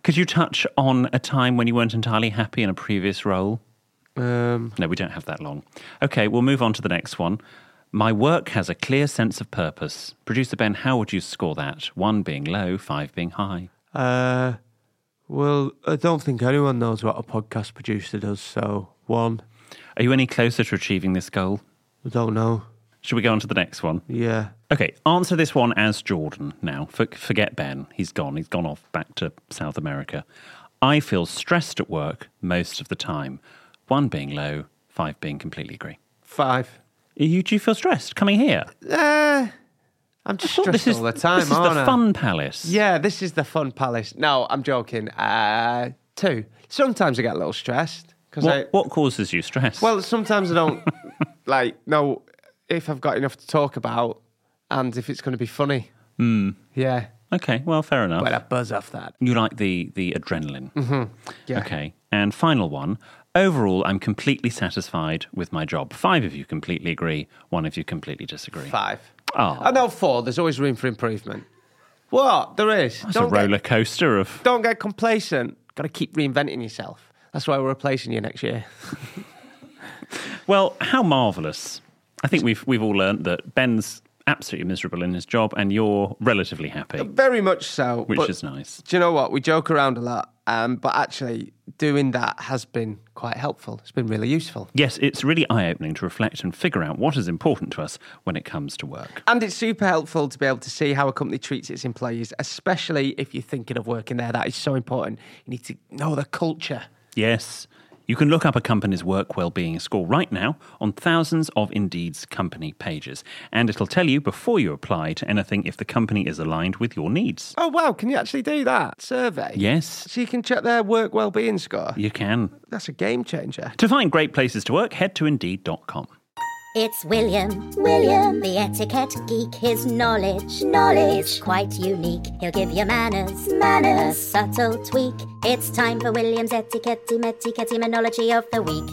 Speaker 2: Could you touch on a time when you weren't entirely happy in a previous role?
Speaker 1: Um,
Speaker 2: No, we don't have that long. Okay, we'll move on to the next one. My work has a clear sense of purpose. Producer Ben, how would you score that? One being low, five being high.
Speaker 1: uh, well, I don't think anyone knows what a podcast producer does, so one.
Speaker 2: Are you any closer to achieving this goal?
Speaker 1: I don't know.
Speaker 2: Should we go on to the next one?
Speaker 1: Yeah.
Speaker 2: Okay, answer this one as Jordan now. For, forget Ben. He's gone. He's gone off back to South America. I feel stressed at work most of the time. One being low, five being completely agree.
Speaker 1: Five.
Speaker 2: You, do you feel stressed coming here?
Speaker 1: Uh, I'm just
Speaker 2: Well,
Speaker 1: stressed all the time,
Speaker 2: this is
Speaker 1: aren't
Speaker 2: the
Speaker 1: I?
Speaker 2: fun palace.
Speaker 1: Yeah, this is the fun palace. No, I'm joking. Uh, two. Sometimes I get a little stressed because I.
Speaker 2: What, what causes you stress?
Speaker 1: Well, sometimes I don't like know if I've got enough to talk about and if it's going to be funny.
Speaker 2: Hmm.
Speaker 1: Yeah,
Speaker 2: okay, well, fair enough.
Speaker 1: but I buzz off that.
Speaker 2: you like the the adrenaline.
Speaker 1: Mm-hmm. Yeah.
Speaker 2: Okay, and final one. Overall, I'm completely satisfied with my job. Five of you completely agree. One of you completely disagree.
Speaker 1: Five.
Speaker 2: Oh.
Speaker 1: I know four. There's always room for improvement. What? There is.
Speaker 2: It's a roller
Speaker 1: Get,
Speaker 2: coaster of
Speaker 1: don't get complacent. Got to keep reinventing yourself. That's why we're replacing you next year.
Speaker 2: Well, how marvelous! I think we've we've all learned that Ben's absolutely miserable in his job, and you're relatively happy,
Speaker 1: Very much so.
Speaker 2: which
Speaker 1: but-
Speaker 2: is nice.
Speaker 1: Do you know what? We joke around a lot, um, but actually, doing that has been quite helpful. It's been really useful.
Speaker 2: Yes, it's really eye opening to reflect and figure out what is important to us when it comes to work.
Speaker 1: And it's super helpful to be able to see how a company treats its employees, especially if you're thinking of working there. That is so important. You need to know the culture.
Speaker 2: Yes. You can look up a company's work well-being score right now on thousands of Indeed's company pages, and it'll tell you before you apply to anything if the company is aligned with your needs.
Speaker 1: Oh, wow. Can you actually do that survey?
Speaker 2: Yes,
Speaker 1: So you can check their work well-being score.
Speaker 2: you can.
Speaker 1: That's a game changer.
Speaker 2: To find great places to work, head to indeed.com.
Speaker 5: It's William, William, the etiquette geek. His knowledge, knowledge is quite unique. He'll give you manners, manners, a subtle tweak. It's time for William's etiquette, etiquette, etymology of the week.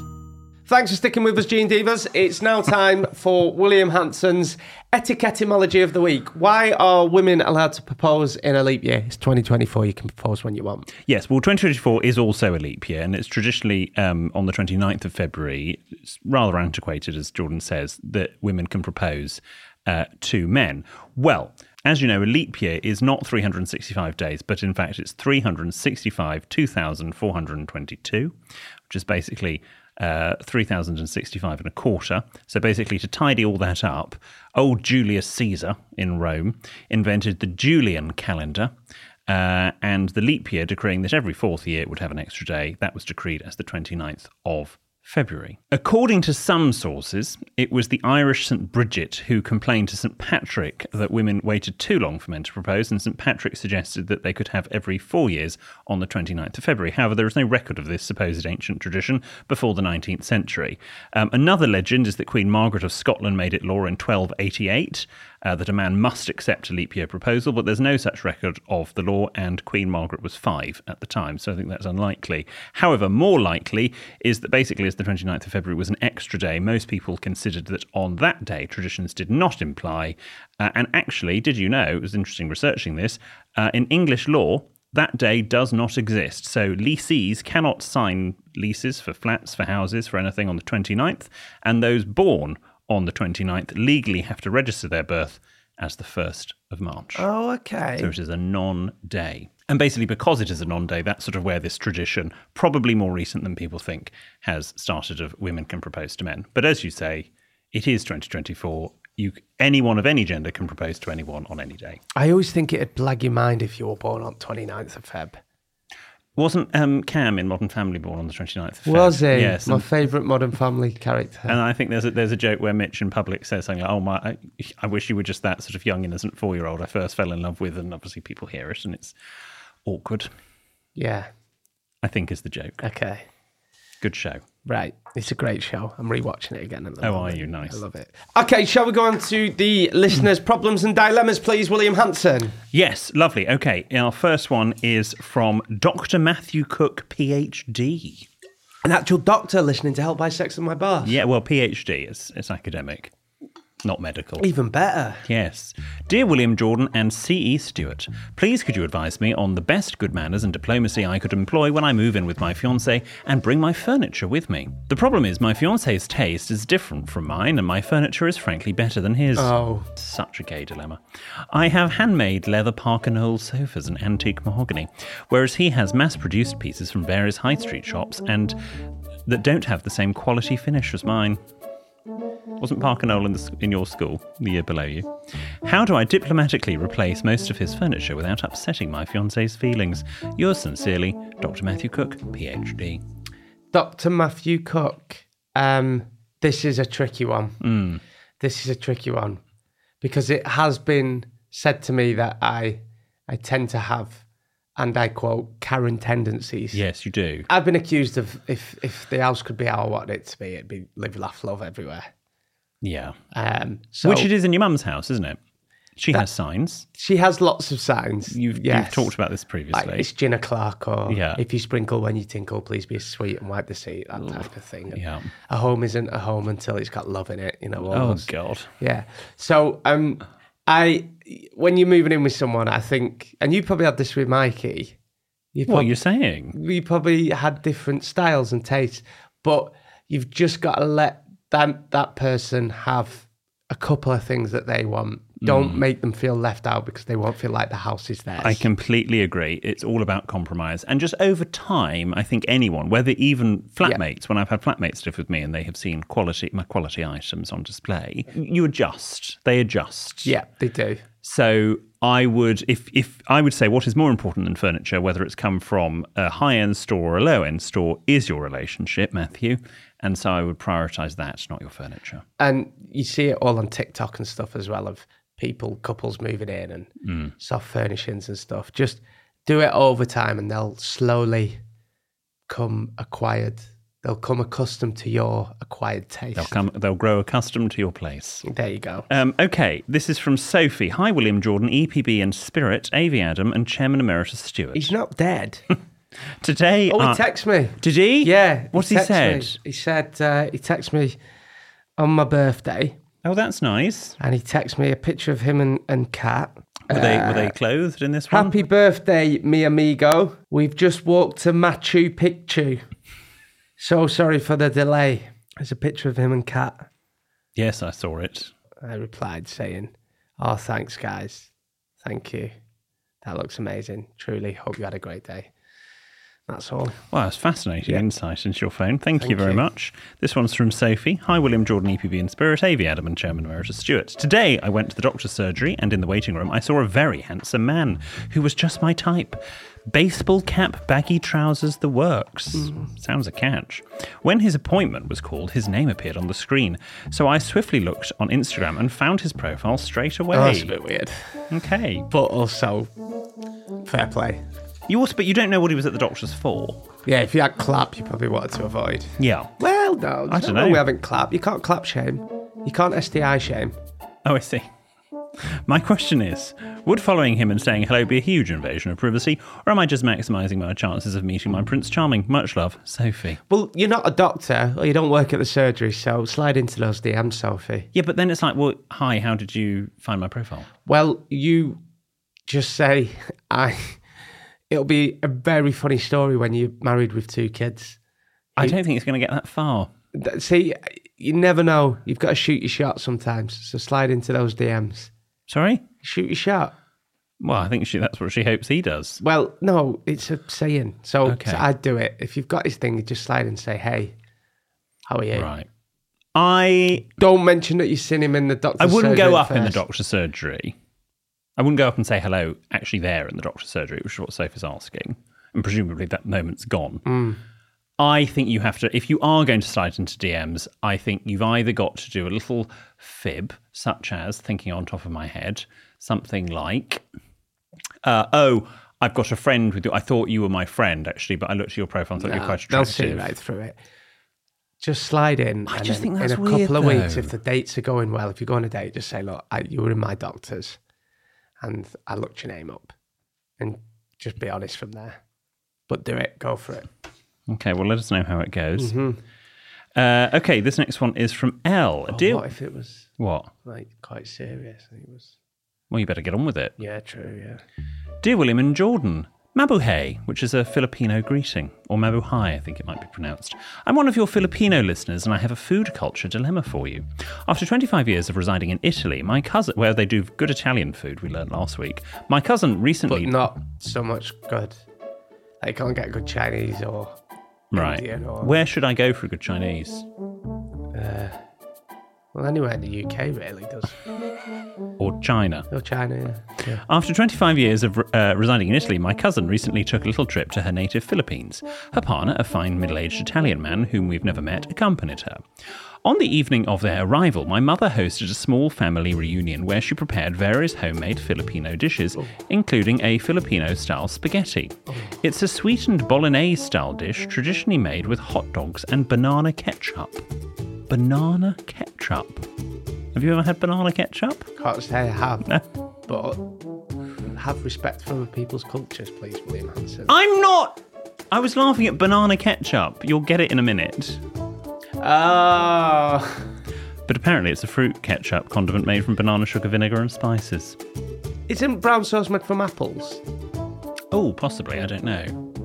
Speaker 1: Thanks for sticking with us, Gene Divas. It's now time for William Hanson's Etiquettemology of the Week. Why are women allowed to propose in a leap year? It's 2024, you can propose when you want.
Speaker 2: Yes, well, 2024 is also a leap year, and it's traditionally um, on the 29th of February. It's rather antiquated, as Jordan says, that women can propose uh, to men. Well, as you know, a leap year is not 365 days, but in fact, it's 365, 2,422, which is basically uh, 3,065 and a quarter. So basically, to tidy all that up, old Julius Caesar in Rome invented the Julian calendar. Uh, and the leap year, decreeing that every fourth year it would have an extra day, that was decreed as the 29th of February. According to some sources, it was the Irish St. Bridget who complained to St. Patrick that women waited too long for men to propose, and St. Patrick suggested that they could have every four years on the 29th of February. However, there is no record of this supposed ancient tradition before the 19th century. Um, another legend is that Queen Margaret of Scotland made it law in 1288. uh, that a man must accept a leap year proposal, but there's no such record of the law, and Queen Margaret was five at the time, so I think that's unlikely. However, more likely is that basically, as the 29th of February was an extra day, most people considered that on that day traditions did not imply. Uh, and actually, did you know, it was interesting researching this, uh, in English law, that day does not exist. So leasees cannot sign leases for flats, for houses, for anything on the 29th, and those born on the 29th legally have to register their birth as the 1st of March.
Speaker 1: Oh, okay.
Speaker 2: So it is a non day. And basically, because it is a non day, that's sort of where this tradition, probably more recent than people think, has started of women can propose to men. But as you say, it is 2024. You, anyone of any gender can propose to anyone on any day.
Speaker 1: I always think it'd blag your mind if you were born on 29th of Feb.
Speaker 2: Wasn't um, Cam in Modern Family born on the 29th of Feb?
Speaker 1: Was he?
Speaker 2: Yes.
Speaker 1: My
Speaker 2: and-
Speaker 1: favourite modern family character.
Speaker 2: And I think there's a, there's a joke where Mitch in public says something like, "Oh my, I, I wish you were just that sort of young innocent four year old I first fell in love with," and obviously people hear it and it's awkward.
Speaker 1: yeah.
Speaker 2: I think is the joke.
Speaker 1: Okay.
Speaker 2: Good show.
Speaker 1: Right. It's a great show. I'm rewatching it again. At the
Speaker 2: Oh,
Speaker 1: moment.
Speaker 2: are you? Nice.
Speaker 1: I love it. Okay, shall we go on to the listeners' problems and dilemmas, please, William Hanson?
Speaker 2: Yes, lovely. Okay, our first one is from Dr. Matthew Cook, PhD.
Speaker 1: An actual doctor listening to Help by Sex and My Boss.
Speaker 2: Yeah, well, PhD is it's academic, not medical.
Speaker 1: Even better.
Speaker 2: Yes. Dear William Jordan and C.E. Stewart, please could you advise me on the best good manners and diplomacy I could employ when I move in with my fiancé and bring my furniture with me? The problem is my fiancé's taste is different from mine and my furniture is frankly better than his.
Speaker 1: Oh.
Speaker 2: Such a gay dilemma. I have handmade leather Parker Knoll sofas and antique mahogany, whereas he has mass produced pieces from various high street shops and that don't have the same quality finish as mine. Wasn't Parker Knoll in, the, s- in your school, the year below you? How do I diplomatically replace most of his furniture without upsetting my fiance's feelings? Yours sincerely, Dr. Matthew Cook, PhD.
Speaker 1: Dr. Matthew Cook. Um, this is a tricky one.
Speaker 2: Hmm.
Speaker 1: This is a tricky one because it has been said to me that I, I tend to have, and I quote, Karen tendencies.
Speaker 2: Yes, you do.
Speaker 1: I've been accused of if if the house could be how I wanted it to be, it'd be live, laugh, love everywhere.
Speaker 2: Yeah.
Speaker 1: Um, so
Speaker 2: Which it is in your mum's house, isn't it? She has signs.
Speaker 1: she has lots of signs.
Speaker 2: You've,
Speaker 1: Yes.
Speaker 2: you've talked about this
Speaker 1: Like,
Speaker 2: previously.
Speaker 1: it's Gina Clark or
Speaker 2: Yeah.
Speaker 1: if you sprinkle when you tinkle, please be sweet and wipe the seat, that type of thing. And
Speaker 2: yeah.
Speaker 1: A home isn't a home until it's got love in it, you know. all
Speaker 2: oh,
Speaker 1: those-
Speaker 2: God.
Speaker 1: Yeah. So um I when you're moving in with someone, I think and you probably had this with Mikey. You
Speaker 2: What
Speaker 1: prob-
Speaker 2: are you saying?
Speaker 1: we probably had different styles and tastes, but you've just got to let that that person have a couple of things that they want. Don't make them feel left out because they won't feel like the house is theirs.
Speaker 2: Mm. I completely agree. It's all about compromise. And just over time, I think anyone, whether even flatmates, when I've had flatmates live with me and they have seen quality my quality items on display, you adjust. They adjust.
Speaker 1: Yeah, they do.
Speaker 2: So I would, if if I would say, what is more important than furniture, whether it's come from a high end store or a low end store, is your relationship, Matthew. And so I would prioritize that, not your furniture.
Speaker 1: And you see it all on TikTok and stuff as well of people, couples moving in and
Speaker 2: Mm.
Speaker 1: soft furnishings and stuff. Just do it over time and they'll slowly come acquired They'll come accustomed to your acquired taste.
Speaker 2: They'll come. They'll grow accustomed to your place.
Speaker 1: There you go.
Speaker 2: Um, okay, this is from Sophie. Hi, William Jordan, EPB and Spirit, AV Adam, and Chairman Emeritus Stewart.
Speaker 1: He's not dead.
Speaker 2: Today,
Speaker 1: Oh,
Speaker 2: I-
Speaker 1: he texted me.
Speaker 2: Did he?
Speaker 1: Yeah.
Speaker 2: What's he
Speaker 1: texted
Speaker 2: said?
Speaker 1: me. He said uh, he texted me on my birthday,
Speaker 2: Oh, that's nice.
Speaker 1: and he texted me a picture of him and and Kat.
Speaker 2: Were they were they clothed in this one?
Speaker 1: Uh, Happy birthday, mi amigo. We've just walked to Machu Picchu. So sorry for the delay. There's a picture of him and Kat.
Speaker 2: Yes, I saw it.
Speaker 1: I replied, saying, Oh, thanks, guys. Thank you. That looks amazing. Truly, hope you had a great day. That's all.
Speaker 2: Wow, that's fascinating insight into your phone. Thank, you
Speaker 1: Thank
Speaker 2: very
Speaker 1: you.
Speaker 2: much. This one's from Sophie. Hi, William Jordan, EPB and Spirit, AV Adam, and Chairman Emeritus Stewart. Today, I went to the doctor's surgery, and in the waiting room, I saw a very handsome man who was just my type. Baseball cap, baggy trousers, the works.
Speaker 1: Mm.
Speaker 2: Sounds a catch. When his appointment was called, his name appeared on the screen. So I swiftly looked on Instagram and found his profile straight away.
Speaker 1: Oh, that's a bit weird.
Speaker 2: okay.
Speaker 1: But also, fair play.
Speaker 2: You also, but you don't know what he was at the doctor's for.
Speaker 1: Yeah, if you had clap, you probably wanted to avoid.
Speaker 2: Yeah.
Speaker 1: Well, no,
Speaker 2: I
Speaker 1: there's
Speaker 2: don't
Speaker 1: no way
Speaker 2: know.
Speaker 1: We haven't clapped. You can't clap shame. You can't STI shame.
Speaker 2: Oh, I see. My question is Would following him and saying hello be a huge invasion of privacy, or am I just maximising my chances of meeting my Prince Charming? Much love, Sophie.
Speaker 1: Well, you're not a doctor, or you don't work at the surgery, so slide into those DMs, Sophie.
Speaker 2: Yeah, but then it's like, well, hi, how did you find my profile?
Speaker 1: Well, you just say, I. It'll be a very funny story when you're married with two kids.
Speaker 2: I don't think it's going to get that far.
Speaker 1: Th- See, you never know. You've got to shoot your shot sometimes, so slide into those DMs.
Speaker 2: Sorry?
Speaker 1: Shoot your shot.
Speaker 2: Well, I think she, that's what she hopes he does.
Speaker 1: Well, no, it's a saying. So,
Speaker 2: Okay.
Speaker 1: so I'd do it. If you've got his thing, you just slide and say, hey, how are you?
Speaker 2: Right. I
Speaker 1: Don't mention that you've seen him in the doctor's
Speaker 2: I wouldn't
Speaker 1: surgery
Speaker 2: go up in the
Speaker 1: first.
Speaker 2: doctor's surgery. I wouldn't go up and say hello actually there in the doctor's surgery, which is what Sophie's asking. And presumably that moment's gone.
Speaker 1: Mm.
Speaker 2: I think you have to, if you are going to slide into DMs, I think you've either got to do a little fib, such as thinking on top of my head, something like, uh, oh, I've got a friend with you. I thought you were my friend, actually, but I looked at your profile and thought you were quite
Speaker 1: Ah, They'll see
Speaker 2: attractive.
Speaker 1: right through it. Just slide in. I
Speaker 2: just
Speaker 1: in,
Speaker 2: think that's
Speaker 1: in a
Speaker 2: weird,
Speaker 1: couple of weeks,
Speaker 2: though.
Speaker 1: if the dates are going well, if you go on a date, just say, look, I, you were in my doctor's and I looked your name up and just be honest from there. But do it. Go for it.
Speaker 2: Okay, well, let us know how it goes. Uh, okay, this next one is from L.
Speaker 1: But
Speaker 2: dear,
Speaker 1: Mm-hmm. Oh, what if it was
Speaker 2: what?
Speaker 1: like quite serious? And it was,
Speaker 2: Well, you better get on with it.
Speaker 1: yeah, true, yeah.
Speaker 2: Dear William and Jordan, Mabuhay, which is a Filipino greeting, or Mabuhay, I think it might be pronounced. I'm one of your Filipino listeners, and I have a food culture dilemma for you. After 25 years of residing in Italy, my cousin, where they do good Italian food, we learned last week, my cousin
Speaker 1: But
Speaker 2: recently.
Speaker 1: not so much good. Like, you can't get good Chinese or
Speaker 2: right.
Speaker 1: Indian or-
Speaker 2: Where should I go for good Chinese?
Speaker 1: uh, Well, anywhere in the UK really does.
Speaker 2: Or China?
Speaker 1: No China. Yeah. yeah.
Speaker 2: After 25 years of uh, residing in Italy, my cousin recently took a little trip to her native Philippines. Her partner, a fine middle aged Italian man whom we've never met, accompanied her. On the evening of their arrival, my mother hosted a small family reunion where she prepared various homemade Filipino dishes, including a Filipino style spaghetti. It's a sweetened bolognese style dish traditionally made with hot dogs and banana ketchup. Banana ketchup. Have you ever had banana ketchup?
Speaker 1: Can't say I have, but have respect for other people's cultures, please, William Hanson.
Speaker 2: I'm not. I was laughing at banana ketchup. You'll get it in a minute.
Speaker 1: Oh,
Speaker 2: But apparently, it's a fruit ketchup condiment made from banana sugar, vinegar, and spices.
Speaker 1: isn't brown sauce made from apples?
Speaker 2: Oh, possibly. I don't know.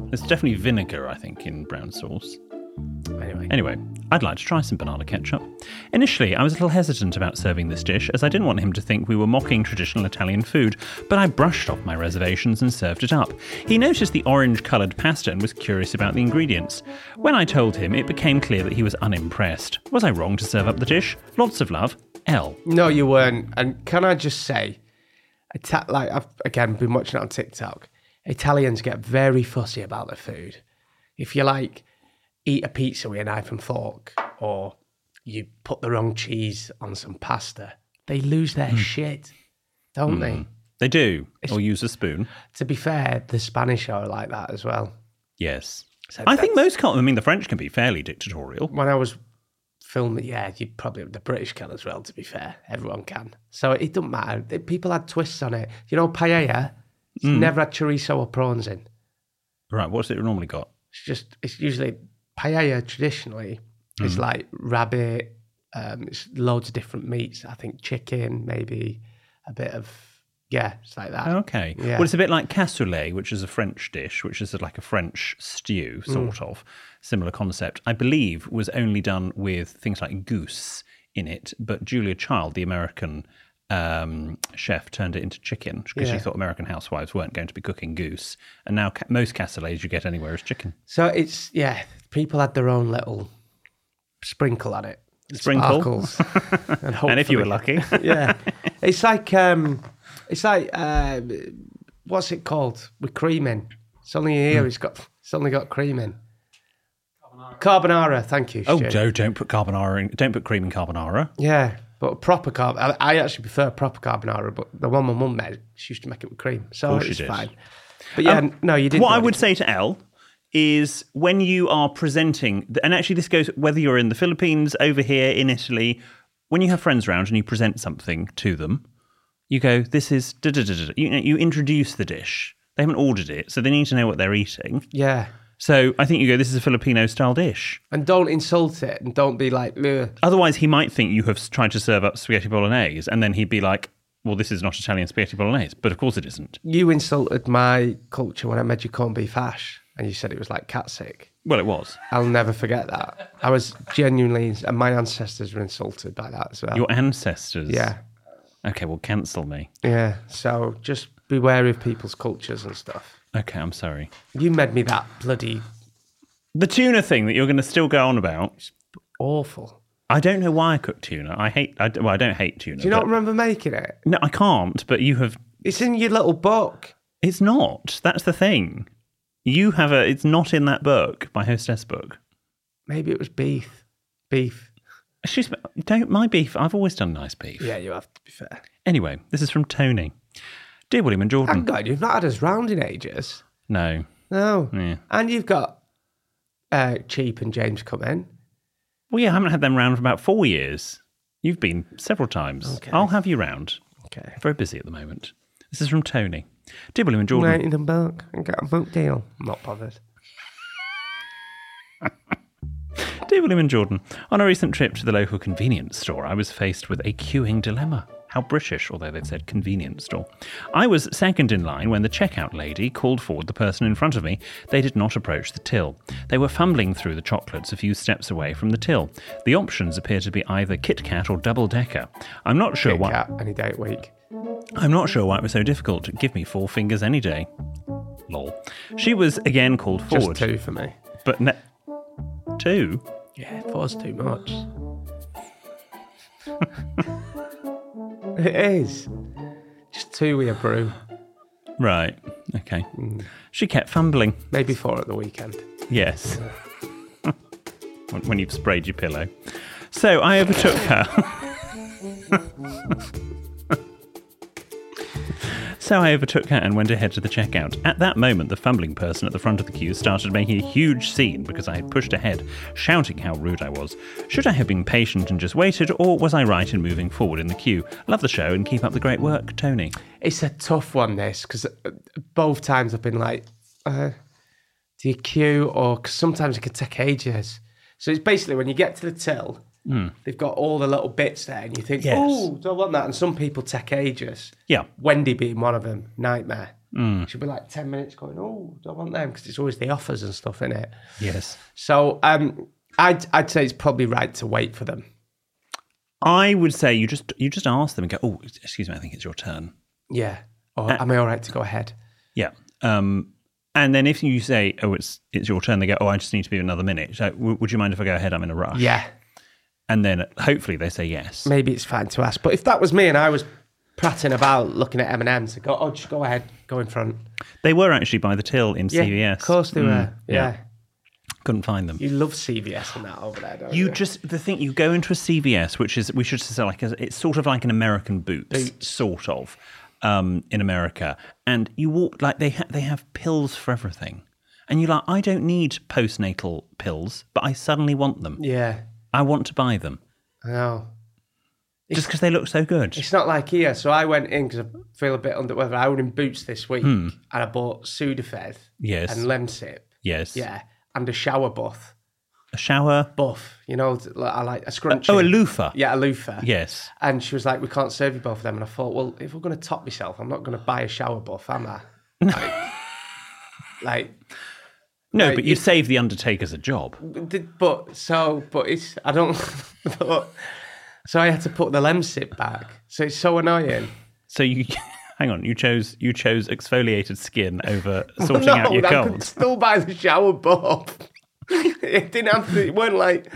Speaker 2: There's definitely vinegar, I think, in brown sauce.
Speaker 1: Anyway,
Speaker 2: Anyway, I'd like to try some banana ketchup. Initially, I was a little hesitant about serving this dish as I didn't want him to think we were mocking traditional Italian food, but I brushed off my reservations and served it up. He noticed the orange coloured pasta and was curious about the ingredients. When I told him, it became clear that he was unimpressed. Was I wrong to serve up the dish? Lots of love. L.
Speaker 1: no, you weren't. And can I just say, Ita- like I've again been watching it on TikTok. Italians get very fussy about their food. If you like, eat a pizza with a knife and fork, or you put the wrong cheese on some pasta, they lose their shit, don't they?
Speaker 2: They do. Or use a spoon.
Speaker 1: To be fair, the Spanish are like that as well.
Speaker 2: Yes.
Speaker 1: So
Speaker 2: I think
Speaker 1: that's-
Speaker 2: most can't. I mean, the French can be fairly dictatorial.
Speaker 1: when I was filming, yeah, you probably the British can as well. To be fair, everyone can. So it doesn't matter. The- People had twists on it. You know, paella. It's
Speaker 2: Mm.
Speaker 1: never had chorizo or prawns in.
Speaker 2: Right, what's it normally got?
Speaker 1: It's just it's usually paella traditionally.
Speaker 2: Mm.
Speaker 1: It's like rabbit. Um, it's loads of different meats. I think chicken, maybe a bit of yeah, it's like that.
Speaker 2: Okay.
Speaker 1: Yeah.
Speaker 2: Well, it's a bit like cassoulet, which is a French dish, which is like a French stew, sort of. Similar concept. I believe was only done with things like goose in it, but Julia Child, the American um, chef, turned it into chicken because
Speaker 1: Yeah.
Speaker 2: she thought American housewives weren't going to be cooking goose. And now ca- most cassoulets you get anywhere is chicken.
Speaker 1: So it's yeah, people had their own little sprinkle on it.
Speaker 2: Sprinkle?
Speaker 1: Sparkles. and,
Speaker 2: and if you were
Speaker 1: hopefully-
Speaker 2: lucky.
Speaker 1: yeah. It's like um, it's like uh, what's it called with cream in? It's only
Speaker 2: Hmm.
Speaker 1: here. It's got it's only got cream in. Carbonara. Thank you.
Speaker 2: oh,
Speaker 1: Stu.
Speaker 2: Joe, don't put carbonara in. Don't put cream in carbonara.
Speaker 1: Yeah, but proper carb. I, I actually prefer proper carbonara, but the one my mum made, she used to make it with cream, so
Speaker 2: course she
Speaker 1: it's
Speaker 2: did.
Speaker 1: fine. But yeah,
Speaker 2: Um,
Speaker 1: no, you didn't.
Speaker 2: What
Speaker 1: do
Speaker 2: I would
Speaker 1: anything.
Speaker 2: say to L is when you are presenting, and actually this goes whether you're in the Philippines, over here in Italy, when you have friends around and you present something to them, you go, "This is da da da da." da." You, know, you introduce the dish. They haven't ordered it, so they need to know what they're eating.
Speaker 1: Yeah,
Speaker 2: So I think you go, "This is a Filipino style dish."
Speaker 1: and don't insult it, and don't be like, "Ugh."
Speaker 2: Otherwise, he might think you have s- tried to serve up spaghetti bolognese, and then he'd be like, "Well, this is not Italian spaghetti bolognese," but of course it isn't.
Speaker 1: you insulted my culture when I made you corned beef hash, and you said it was like cat sick.
Speaker 2: Well, it was.
Speaker 1: I'll never forget that. I was genuinely, and my ancestors were insulted by that as well.
Speaker 2: Your ancestors.
Speaker 1: yeah,
Speaker 2: Okay, well, cancel me.
Speaker 1: yeah. So just be wary of people's cultures and stuff.
Speaker 2: Okay, I'm sorry.
Speaker 1: You made me that bloody
Speaker 2: The tuna thing that you're going to still go on about.
Speaker 1: awful.
Speaker 2: I don't know why I cook tuna. I hate. I, d- well, I don't hate tuna.
Speaker 1: Do you not
Speaker 2: but-
Speaker 1: remember making it?
Speaker 2: No, I can't. But you have.
Speaker 1: It's in your little book.
Speaker 2: It's not. That's the thing. You have a. It's not in that book. My hostess book.
Speaker 1: Maybe it was beef. Beef.
Speaker 2: She's. Don't my beef. I've always done nice beef.
Speaker 1: Yeah, you have to be fair.
Speaker 2: Anyway, this is from Tony. Dear William and
Speaker 1: Hang
Speaker 2: Jordan.
Speaker 1: on, you've not had us round in ages.
Speaker 2: No.
Speaker 1: No.
Speaker 2: Yeah.
Speaker 1: And you've got uh, Cheap and James come in.
Speaker 2: Well, yeah, I haven't had them round for about four years. You've been several times.
Speaker 1: Okay.
Speaker 2: I'll have you round.
Speaker 1: Okay.
Speaker 2: Very busy at the moment. This is from Tony. Dear William and Jordan.
Speaker 1: Writing a book and got a book deal. I'm not bothered.
Speaker 2: Dear William and Jordan, on a recent trip to the local convenience store, I was faced with a queuing dilemma. How British, although they said convenience store. I was second in line when the checkout lady called forward the person in front of me. They did not approach the till. They were fumbling through the chocolates a few steps away from the till. The options appear to be either Kit Kat or Double Decker. I'm not sure
Speaker 1: Big
Speaker 2: why.
Speaker 1: cat any day of the week.
Speaker 2: I'm not sure why it was so difficult. Give me four fingers any day. Lol. She was again called forward,
Speaker 1: Just two for me.
Speaker 2: but ne- two.
Speaker 1: Yeah, four's too much. it is. Just two with a brew.
Speaker 2: Right. Okay. She kept fumbling.
Speaker 1: Maybe four at the weekend.
Speaker 2: Yes. when, when you've sprayed your pillow. So I overtook her. so I overtook her and went ahead to the checkout. At that moment, the fumbling person at the front of the queue started making a huge scene because I had pushed ahead, shouting how rude I was. Should I have been patient and just waited, or was I right in moving forward in the queue? Love the show and keep up the great work, Tony.
Speaker 1: It's a tough one, this, because both times I've been like, uh, do you queue or because sometimes it can take ages. So it's basically when you get to the till, they've got all the little bits there, and you think,
Speaker 2: Yes.
Speaker 1: oh, do I want that? And some people take ages.
Speaker 2: Yeah.
Speaker 1: Wendy being one of them, nightmare. She'll be like 10 minutes going, oh, do I want them? Because it's always the offers and stuff in it.
Speaker 2: Yes.
Speaker 1: So um, I'd, I'd say it's probably right to wait for them.
Speaker 2: I would say you just you just ask them and go, oh, excuse me, I think it's your turn.
Speaker 1: Yeah. Uh, Or am I all right to go ahead?
Speaker 2: Yeah. Um, and then if you say, oh, it's it's your turn, they go, oh, I just need to be another minute. So w- would you mind if I go ahead? I'm in a rush.
Speaker 1: Yeah.
Speaker 2: And then hopefully they say yes.
Speaker 1: Maybe it's fine to ask. But if that was me and I was prattling about looking at M&M's, I'd go, oh, just go ahead, go in front.
Speaker 2: They were actually by the till in
Speaker 1: Yeah,
Speaker 2: CVS.
Speaker 1: of course they were. Mm, Yeah.
Speaker 2: yeah. Couldn't find them.
Speaker 1: You love CVS and that over there, don't you?
Speaker 2: You just the thing you go into a CVS, which is we should say like a, it's sort of like an American Boots, sort of, um, in America, and you walk like they ha- they have pills for everything, and you're like, I don't need postnatal pills, but I suddenly want them.
Speaker 1: Yeah,
Speaker 2: I want to buy them
Speaker 1: I know.
Speaker 2: just because they look so good.
Speaker 1: It's not like here. So I went in because I feel a bit under weather. I was in Boots this week and I bought Sudafed
Speaker 2: Yes.
Speaker 1: and Lemsip.
Speaker 2: yes.
Speaker 1: Yeah, and a shower buff.
Speaker 2: A shower.
Speaker 1: Buff, you know, like- I like a scrunchie.
Speaker 2: Oh, a loofah.
Speaker 1: Yeah, a loofah.
Speaker 2: Yes.
Speaker 1: And she was like, "We can't serve you both of them." And I thought, well, if we're going to top myself, I'm not going to buy a shower buff, am I? Like,
Speaker 2: No,
Speaker 1: Right,
Speaker 2: but you'd save the undertakers a job.
Speaker 1: like, d- but so, but it's I don't. but, so I had to put the Lemsip back. So it's so annoying.
Speaker 2: So you hang on, you chose you chose exfoliated skin over sorting out your
Speaker 1: I
Speaker 2: cold.
Speaker 1: could still buy the shower buff. it didn't have to. It weren't like.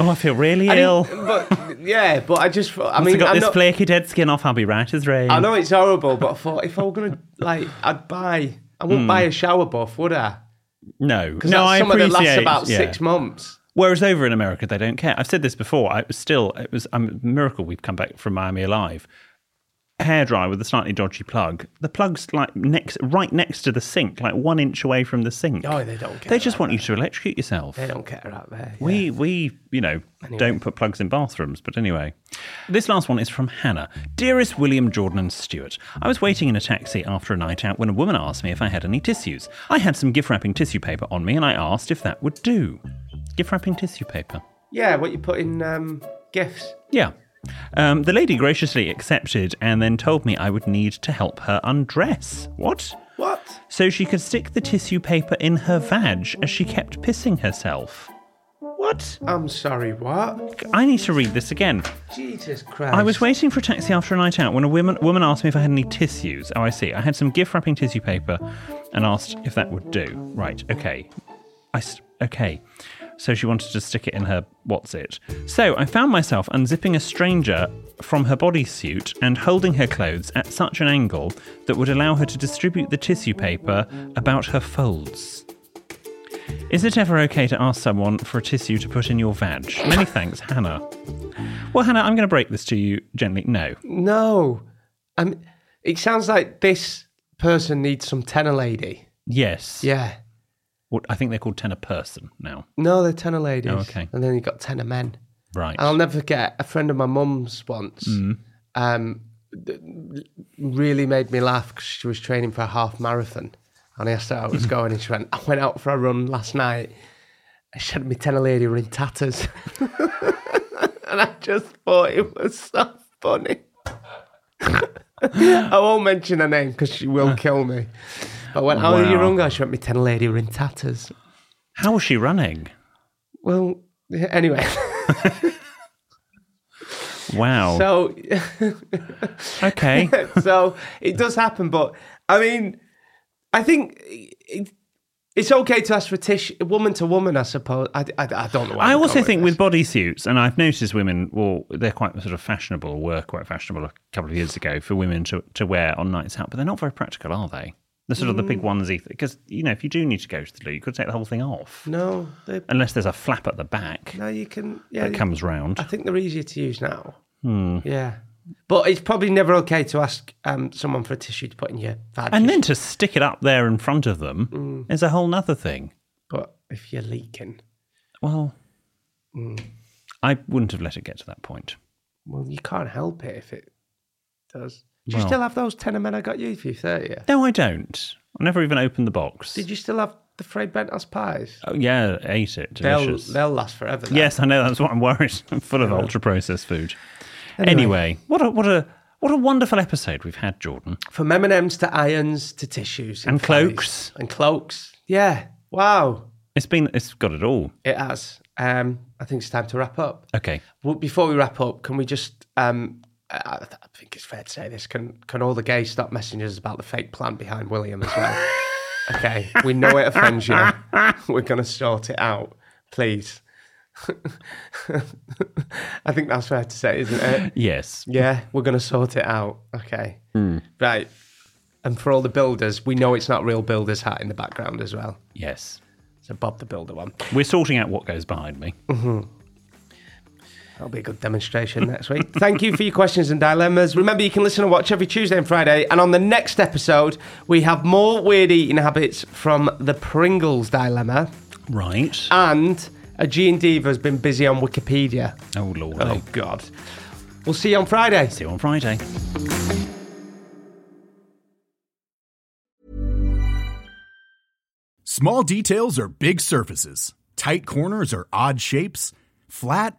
Speaker 2: Oh, I feel really
Speaker 1: I
Speaker 2: ill.
Speaker 1: didn't- but yeah, but I just thought. I
Speaker 2: Once I
Speaker 1: mean,
Speaker 2: got
Speaker 1: I'm
Speaker 2: this
Speaker 1: not-
Speaker 2: flaky dead skin off, I'll be right as rain.
Speaker 1: I know it's horrible, but I thought if I were gonna like, I'd buy. I wouldn't buy a shower buff, would I?
Speaker 2: No,
Speaker 1: Because
Speaker 2: Hmm. no,
Speaker 1: that's
Speaker 2: I
Speaker 1: something
Speaker 2: appreciate.
Speaker 1: that lasts about
Speaker 2: yeah.
Speaker 1: six months.
Speaker 2: Whereas over in America, they don't care. I've said this before. I was still, it was I'm- a miracle we've come back from Miami alive. Hairdryer with a slightly dodgy plug. The plug's like next, right next to the sink, like one inch away from the sink.
Speaker 1: No, Oh, they don't care.
Speaker 2: they just want you to electrocute yourself.
Speaker 1: They don't care out there. yeah.
Speaker 2: We we you know don't put plugs in bathrooms, but anyway, this last one is from Hannah. Dearest William Jordan and Stuart, I was waiting in a taxi after a night out when a woman asked me if I had any tissues. I had some gift wrapping tissue paper on me, and I asked if that would do. Gift wrapping tissue paper.
Speaker 1: Yeah, what you put in um, gifts?
Speaker 2: Yeah. Um, the lady graciously accepted and then told me I would need to help her undress. What?
Speaker 1: What?
Speaker 2: So she could stick the tissue paper in her vag as she kept pissing herself. What?
Speaker 1: I'm sorry. What?
Speaker 2: I need to read this again.
Speaker 1: Jesus Christ!
Speaker 2: I was waiting for a taxi after a night out when a woman, woman asked me if I had any tissues. Oh, I see. I had some gift wrapping tissue paper and asked if that would do. Right, okay. I, s- okay. So she wanted to stick it in her what's it. So I found myself unzipping a stranger from her bodysuit and holding her clothes at such an angle that would allow her to distribute the tissue paper about her folds. Is it ever okay to ask someone for a tissue to put in your vag? Many thanks, Hannah. Well, Hannah, I'm going to break this to you gently. No.
Speaker 1: No, um, it sounds like this person needs some tenor lady.
Speaker 2: Yes.
Speaker 1: Yeah.
Speaker 2: What, I think they're called ten a person now.
Speaker 1: No, they're tenor ladies.
Speaker 2: Oh, okay.
Speaker 1: And then you got tenor men.
Speaker 2: Right.
Speaker 1: I'll never forget a friend of my mum's once um, th- really made me laugh because she was training for a half marathon. And I asked her how it was going, and she went, I went out for a run last night. I said, My tenor lady were in tatters. and I just thought it was so funny. I won't mention her name because she will kill me. But when, how did you
Speaker 2: Wow.
Speaker 1: run, guys? She went, My tenor lady were in tatters.
Speaker 2: How was she running?
Speaker 1: Well, yeah, anyway.
Speaker 2: Wow.
Speaker 1: So
Speaker 2: okay.
Speaker 1: so it does happen, but I mean, I think it, it's okay to ask for tish woman to woman, I suppose. I, I, I don't know. where
Speaker 2: I
Speaker 1: I'm
Speaker 2: also
Speaker 1: going
Speaker 2: think
Speaker 1: this.
Speaker 2: with bodysuits, and I've noticed women, well, they're quite sort of fashionable, were quite fashionable a couple of years ago for women to, to wear on nights out, but they're not very practical, are they? They're sort of the big
Speaker 1: Mm.
Speaker 2: onesie, because, you know, if you do need to go to the loo, you could take the whole thing off.
Speaker 1: no, they,
Speaker 2: Unless there's a flap at the back
Speaker 1: Mm. no, you can. Yeah,
Speaker 2: that
Speaker 1: you-
Speaker 2: comes round.
Speaker 1: I think they're easier to use now.
Speaker 2: Hmm.
Speaker 1: Yeah, but it's probably never okay to ask um, someone for a tissue to put in your vag.
Speaker 2: And then to stick it up there in front of
Speaker 1: Mm.
Speaker 2: them is a whole nother thing.
Speaker 1: but if you're leaking,
Speaker 2: Well,
Speaker 1: Hmm.
Speaker 2: I wouldn't have let it get to that point.
Speaker 1: well, you can't help it if it does. Do you
Speaker 2: Well.
Speaker 1: still have those ten men I got you for your thirtieth?
Speaker 2: No, I don't. I never even opened the box.
Speaker 1: Did you still have the frayed Bentos pies?
Speaker 2: Oh, yeah, ate it.
Speaker 1: They'll,
Speaker 2: Delicious.
Speaker 1: they'll last forever. though.
Speaker 2: yes, I know. That's what I'm worried. I'm full of ultra processed food. Anyway. what a what a what a wonderful episode we've had, Jordan.
Speaker 1: From M&Ms to irons to tissues.
Speaker 2: And
Speaker 1: flies.
Speaker 2: cloaks.
Speaker 1: And cloaks. Yeah. Wow.
Speaker 2: It's been it's got it all.
Speaker 1: It has. Um, I think it's time to wrap up.
Speaker 2: Okay.
Speaker 1: Well, before we wrap up, can we just... Um, I, I th- I think it's fair to say this. Can, can all the gays stop messaging us about the fake plan behind William as well? okay. We know it offends you. We're going to sort it out. Please. I think that's fair to say, isn't it?
Speaker 2: Yes.
Speaker 1: Yeah, we're going to sort it out. Okay. Right. And for all the builders, we know it's not real builder's hat in the background as well.
Speaker 2: Yes.
Speaker 1: So Bob the Builder one.
Speaker 2: We're sorting out what goes behind me.
Speaker 1: That'll be a good demonstration next week. Thank you for your questions and dilemmas. Remember, you can listen and watch every Tuesday and Friday. And on the next episode, we have more weird eating habits from the Pringles dilemma.
Speaker 2: Right.
Speaker 1: Uh, And a G and Diva has been busy on Wikipedia.
Speaker 2: oh, Lord.
Speaker 1: Oh, God. We'll see you on Friday.
Speaker 2: See you on Friday.
Speaker 6: Small details are big surfaces. Tight corners are odd shapes. Flat,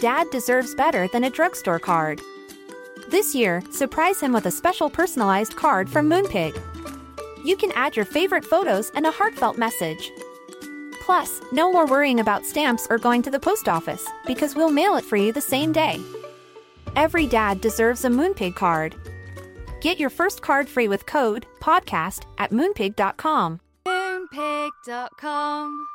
Speaker 7: Dad deserves better than a drugstore card. This year, surprise him with a special personalized card from Moonpig. You can add your favorite photos and a heartfelt message. Plus, no more worrying about stamps or going to the post office because we'll mail it for you the same day. Every dad deserves a Moonpig card. Get your first card free with code PODCAST at moonpig.com. Moonpig.com